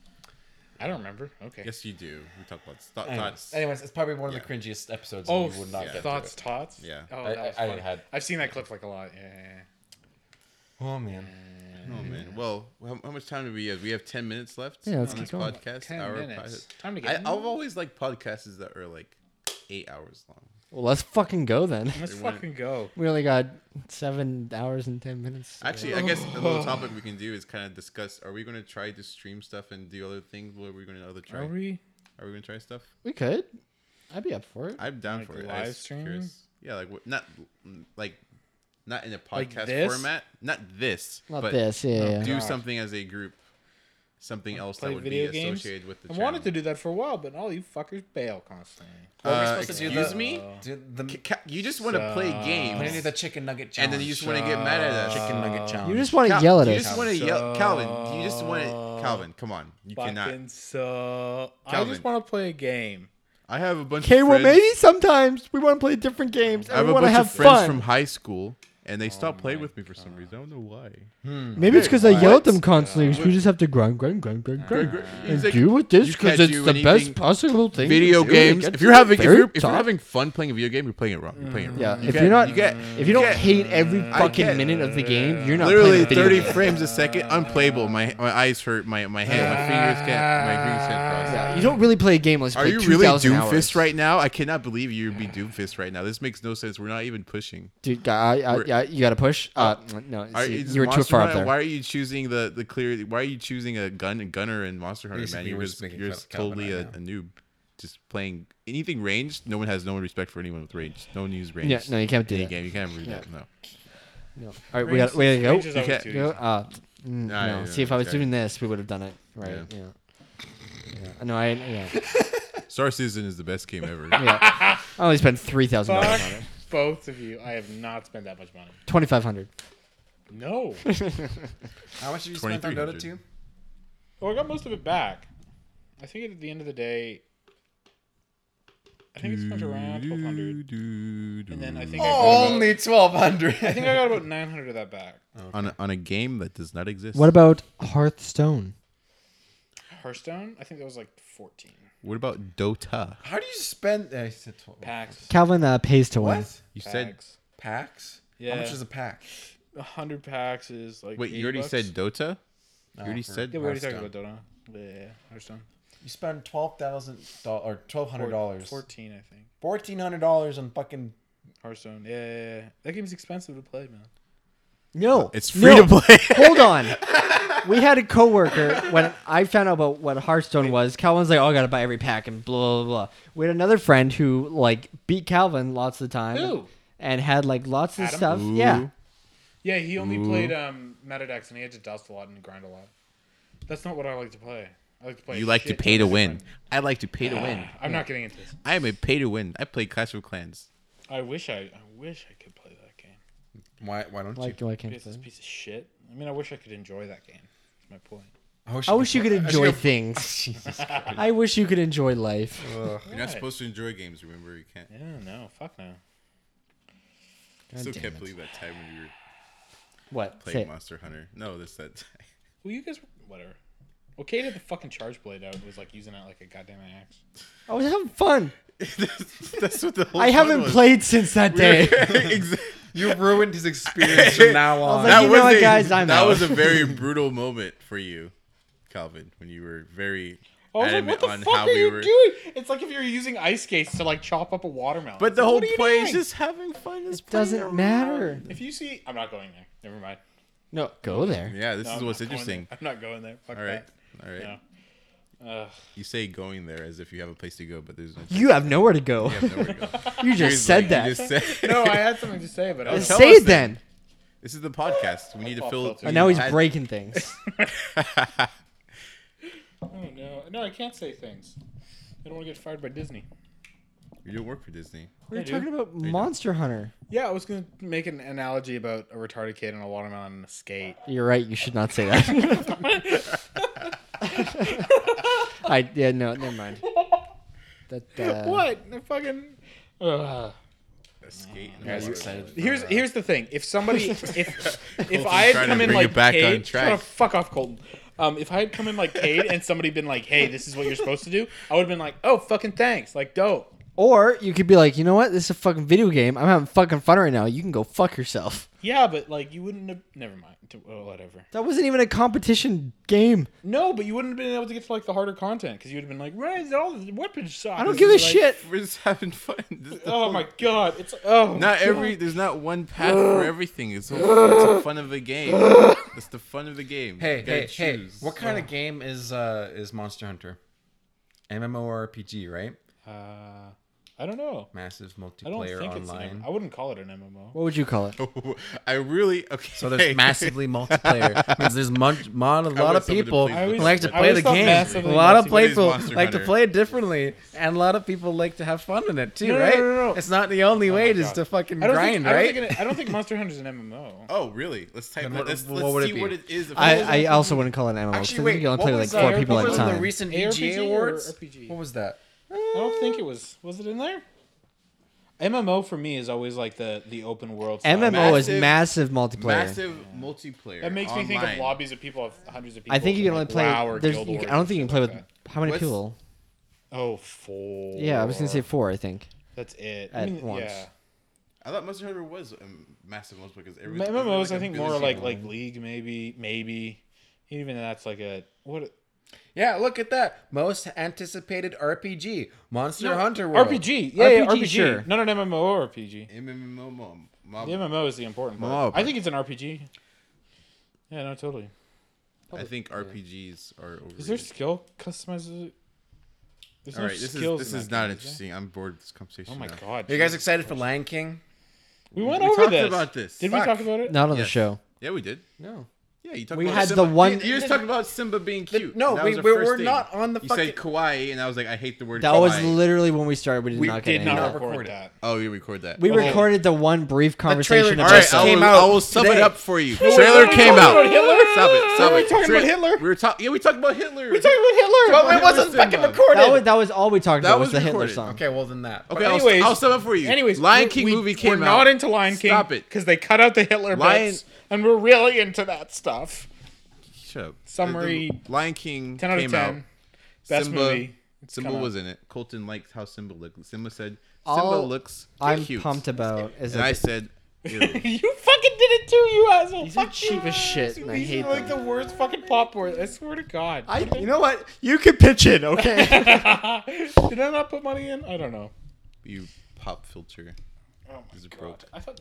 I don't remember. Okay. yes, you do. We talked about Scott Anyways, Tots. anyways, it's probably one of Yeah. the cringiest episodes. Oh, and you would not get thoughts, thoughts. tots. Yeah. Oh, I- that was I- I funny. had- I've seen that clip like a lot. Yeah. yeah, yeah. Oh man. Oh man. Well, how, how much time do we have? We have ten minutes left. Yeah, let's on keep this going. podcast. Ten Our minutes. Time to pod- I, get. I've always liked podcasts that are like eight hours long. Well, let's fucking go then. Let's They went- fucking go. We only got seven hours and ten minutes. Actually, I guess a Oh. little topic we can do is kind of discuss: Are we going to try to stream stuff and do other things? What are we going to other try? Are Are we, we? going to try stuff? We could. I'd be up for it. I'm down Like for it. live I was streaming? curious. Yeah, like what? Not like not in a Like podcast this? format. Not this. Not but this. Yeah. yeah. Do Oh, Gosh. something as a group. Something else play that would be video games? associated with the. I channel. wanted to do that for a while, but all you fuckers bail constantly. Are we Uh, supposed to do excuse the- me. Do the, C- ca- You just want to Uh, play I'm gonna games. do the chicken nugget And challenge. then you just wanna get mad at us. Chicken nugget challenge. you just want to Cal- yell at you us. just want to yell, Calvin. You just want to, Calvin. Come on, you cannot. Uh, Fucking so. I Calvin. just want to play a game. I have a bunch. Okay, of well friends. maybe sometimes we want to play different games I and have we a want bunch to have of friends fun. from high school, and Oh they stopped playing with me for some reason. I don't know why. Maybe it's because I What? Uh, yell at them constantly. 'cause we just have to grind, grind, grind, grind, grind, Uh, and He's like, do with this "You because can't it's do the best anything. possible thing. to Video do to games. get If you're having, if very you're, if you're top." having fun playing a video game, you're playing it wrong. You're playing it wrong. yeah, You if can't- you're not, you get if you don't get- hate every fucking get- minute of the game, you're not literally playing a video 30 game. frames a second, unplayable. My my eyes hurt. My my hand, my fingers can't. My fingers can't cross. Yeah, you don't really play a game unless you Are play you really 2,000 hours. Doomfist right now? I cannot believe you'd be Doomfist right now. This makes no sense. We're not even pushing. Dude, I, I, We're- Oh. yeah, you gotta push. Uh, no, Are, see, is you were too Monster far up Hunter- there. Why are you choosing the, the clear? Why are you choosing a gun gunner in Monster Hunter? Man, Basically, you're we're just, just making you're fun just of Calvin totally a, right a noob. Just playing anything ranged. No one has no respect for anyone with range. No one uses range. Yeah, no, you can't do Any that. game you can't read that. No. No. All right, we got, we gotta go. Rangers always can't- do you No, these. uh, mm, Ah, no. yeah, See, if I was okay. doing this, we would have done it. Right? Yeah. Yeah. yeah. No, I yeah. Star Citizen is the best game ever. yeah. I only spent three thousand Fuck dollars on it. both of you. I have not spent that much money. Twenty five hundred. No. How much did you spend on Dota 2? 2300. well, I got most of it back. I think at the end of the day, I think I spent around twelve hundred, and then I think I Oh, got about- Only twelve hundred. I think I got about nine hundred of that back. on a, on a game that does not exist. What about Hearthstone? Hearthstone, I think that was like fourteen What about Dota? How do you spend? I said twelve. packs. Calvin uh, pays to win. What? You said Packs. Packs? Yeah. How much is a pack? hundred packs is like. wait. 80 You already bucks. said Dota. You already said- Yeah, we already talked about Dota. Yeah, yeah, yeah, Hearthstone. You spend twelve thousand dollars or twelve hundred dollars, Fourteen, I think. fourteen hundred dollars on fucking. Hearthstone. Yeah, yeah, yeah. That game's expensive to play, man. No, It's free no. to play. Hold on. We had a coworker when I found out about what Hearthstone was. Calvin's like, "Oh, I gotta buy every pack," and blah blah blah. We had another friend who like beat Calvin lots of the time, Who? and had like lots of Adam? stuff. Yeah, Ooh. Yeah, he only Ooh. played um, Metadex and he had to dust a lot and grind a lot. That's not what I like to play. I like to play. You like to shit pay to tons of win. time. I like to pay to win. I'm not getting into this. I am a pay to win. I play Clash of Clans. I wish I, I wish I could play that game. Why? Why don't like you? why can't It's this I? piece of shit. I mean, I wish I could enjoy that game. That's my point. I wish you could enjoy things. things. I wish you could enjoy life. You're not Why? supposed to enjoy games. Remember, you can't. Yeah, no, fuck no. I still damn can't it. believe that time when you were What? Say playing it. Monster Hunter. No, that's that. Time. Well, you guys, whatever. Okay, to the fucking charge blade out was like using it like a goddamn axe. I was having fun. that's, that's what the whole. I fun haven't was. played since that Yeah, day. exactly. You ruined his experience from now on. like- you know what, guys, I'm that out. was a very brutal moment for you, Calvin, when you were very I was like, adamant what the on fuck how are we you were. doing? It's like if you're using ice skates to like chop up a watermelon. But It's the like, whole what are you point is doing? just having fun. Is playing Doesn't around. matter. If you see, I'm not going there. Never mind. No, go there. Yeah, this No, is I'm what's not going interesting. there. I'm not going there. Fuck All right, all right. that. No. Ugh. You say going there as if you have a place to go, but there's no. You have nowhere to go. you have nowhere to go. You just said that. You just said- no, I had something to say, but I was tell Say us it then. This is the podcast. We need to Pop fill. filter. we And need now to he's add- breaking things. oh no, no, I can't say things. I don't want to get fired by Disney. you don't work for Disney. We were I do. talking about Monster Hunter. Yeah, I was gonna make an analogy about a retarded kid and a watermelon and a skate. You're right. You should not say that. I yeah no never mind. That uh, what? I fucking. Ugh. Escape. Here's here's the thing. If somebody if if Colton's I had trying to come in bring it like back on Cade, track. Shut up, fuck off, Colton. Um, if I had come in like Cade and somebody been like, "Hey, this is what you're supposed to do," I would have been like, "Oh, fucking thanks, like dope." Or you could be like, you know what? This is a fucking video game. I'm having fucking fun right now. You can go fuck yourself. Yeah, but like you wouldn't have. Never mind. T- oh, whatever. That wasn't even a competition game. No, but you wouldn't have been able to get to like the harder content because you would have been like, "Right, all the weapons suck." I don't This give a is, like- shit. We're just having fun. This is the Oh whole- my god! It's oh. Not every. There's not one path for everything. It's, all, it's the fun of the game. It's the fun of the game. Hey, You gotta hey, hey! choose. What kind of game is uh is Monster Hunter? MMORPG, right? Uh, I don't know. Massive I don't multiplayer think it's. An, online. M- I wouldn't call it an MMO. What would you call it? I really okay. So there's massively multiplayer. Means there's mon- mon- a lot want of someone to people please who look like to at that. I play the always thought game. A massively lot of multiplayer is people Monster like to Hunter. play it differently, and a lot of people like to have fun in it too, No, no, right? no, no, no. It's not the only way my is God. to fucking I don't grind, think, I right? don't think, it- I don't think Monster Hunter is an MMO. Oh really? Let's type. Then What, what- let's what let's would it see be? what it is. I, I also wouldn't call it an MMO. 'cause I Actually, think wait. you only What play was, like uh, four what people at a was in the time. recent ARPG VGA or awards? RPG? What was that? I don't think it was. Was it in there? MMO for me is always like the the open world. style. MMO is Massive- massive multiplayer. massive multiplayer. That makes me think of online. lobbies of people of hundreds of people. I think you and, can only like, play. WoW or there's, Guild you, Wars I don't and think you can shit play like with how many What's- people. that. Oh, four. Yeah, I was gonna say four. I think. That's it. at I mean, once. Yeah. I thought Monster Hunter was a massive multiplayer because every MMOs, I think more really like small- like League, maybe, maybe. Even that's like a what Yeah, look at that. Most anticipated RPG, Monster Hunter World. RPG. Yeah, yeah, RPG, RPG. sure. Not an MMO or RPG. MMO. mo- The mo- MMO is the important MMO, part. I but- think it's an RPG. Yeah, no, totally. I think RPGs are. Overrated. Is there skill customization? There's All no right, this is skills this in is that not game, there? interesting. I'm bored of this conversation. Oh my now. god. Are you guys Jesus. excited for Lion King? We went We over talked this. about this. Did Fuck. we talk about it? Not on Yes. the show. Yeah, we did. No. Yeah, you talked We about had Simba. the one- You, you just talked about Simba being cute. no, That we- was our we first were thing. not on the You fucking- said kawaii, and I was like, I hate the word. That was kawaii. literally when we started. We did We not get did any not of that. record, record it. that. Oh, you recorded that. We Oh. recorded the one brief conversation trailer All about right, just I that. will, came out I will sum it today. up for you. wait, Trailer wait, came wait, out. wait, Hitler? Stop it. Stop Were we it. talking about Tra- Hitler? We were talking. Yeah, we talked about Hitler. We talked about Well, Hitler. it wasn't fucking recorded. That was, that was all we talked That about. was Was the Hitler recorded. song? Okay, well then that. Okay, Anyways- I'll, I'll sum up for you. Anyways, Lion we're- King we- movie came we're out. not into Lion King. Stop it. Because they cut out the Hitler Lion- bits, and we're really into that stuff. Shut up. Summary. The- the Lion King Ten out of came ten. out. Best Simba, movie. It's Simba come out. was in it. Colton liked how Simba looked. Simba said, "Simba All looks I'm cute." pumped about is and I that said, "Ew." you fucking did it too, you asshole. These are cheap as shit, and I These hate are like them. the worst fucking pop words. I swear to God. I, you know what? You can pitch in, okay? did I not put money in? I don't know. "You pop filter." Oh my Is it God. broke? I thought.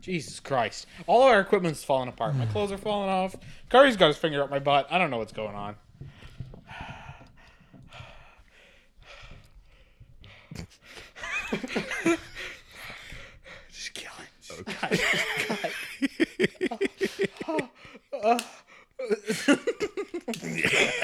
Jesus Christ! All of our equipment's falling apart. My clothes are falling off. Curry's got his finger up my butt. I don't know what's going on. Just kill it.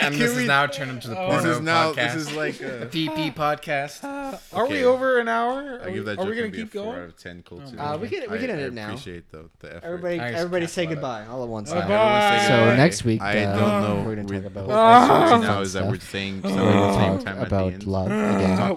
And this Oh. is now turned into the Oh, porno This is now. podcast. This is like. A, PP podcast. Are we Okay. over an hour? Are I we, give that are joke we gonna maybe a keep four out going? Oh, of ten, Colton. Uh, we can- we I- can end I it now. Appreciate though the effort. Everybody, I just everybody can't say let it. goodbye all at once. Bye. now. Everyone say So goodbye. next week, I uh, don't know. we're gonna talk about- what's Ah. happening now is that we're saying something at the same time at the Uh, about end. love again.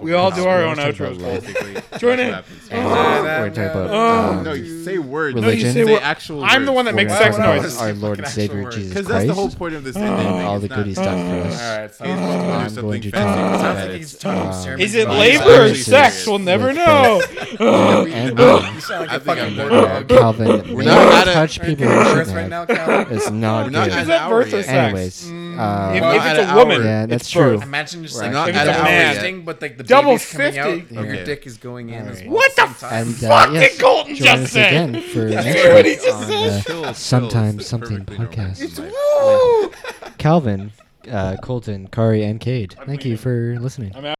We all do our own Talk about outros. love. Basically, that's Join what in. happens. We're gonna talk about um, Oh. No, you say words. uh, Religion. No, say you say what- actual. I'm the one that words. makes we're sex gonna talk about noises. Our Lord and Fucking Savior actual Jesus Because that's the whole Christ. point of this ending. thing. All It's the not- good he's done for All us. right, so He's just gonna do I'm something going to fancy try with to- his head. he's tongue sermon. Is it Bye. labor or Actually, sex? serious. We'll never With know. And You uh, sound like I a think I'm fucking bored bird now. dog. Calvin, not may at not a- touch people who Birth shouldn't right now, have. Calvin. It's not We're not good. Is at that an birth hour or yet. sex? Anyways, If, uh, not if at it's an a woman, hour yeah, it's that's birth. true. Imagine just We're like actually- not Not the an hour yet. thing, but like the Double baby's coming out, 50. and your Okay. dick is going in as well. What the sometimes. And uh, yes, Colton join just us said. again for what next he week just on said. the Chill, chill. Sometime It's Something perfectly normal. podcast. It's my- uh, Calvin, uh, Colton, Kari, and Cade. Thank you for listening. I'm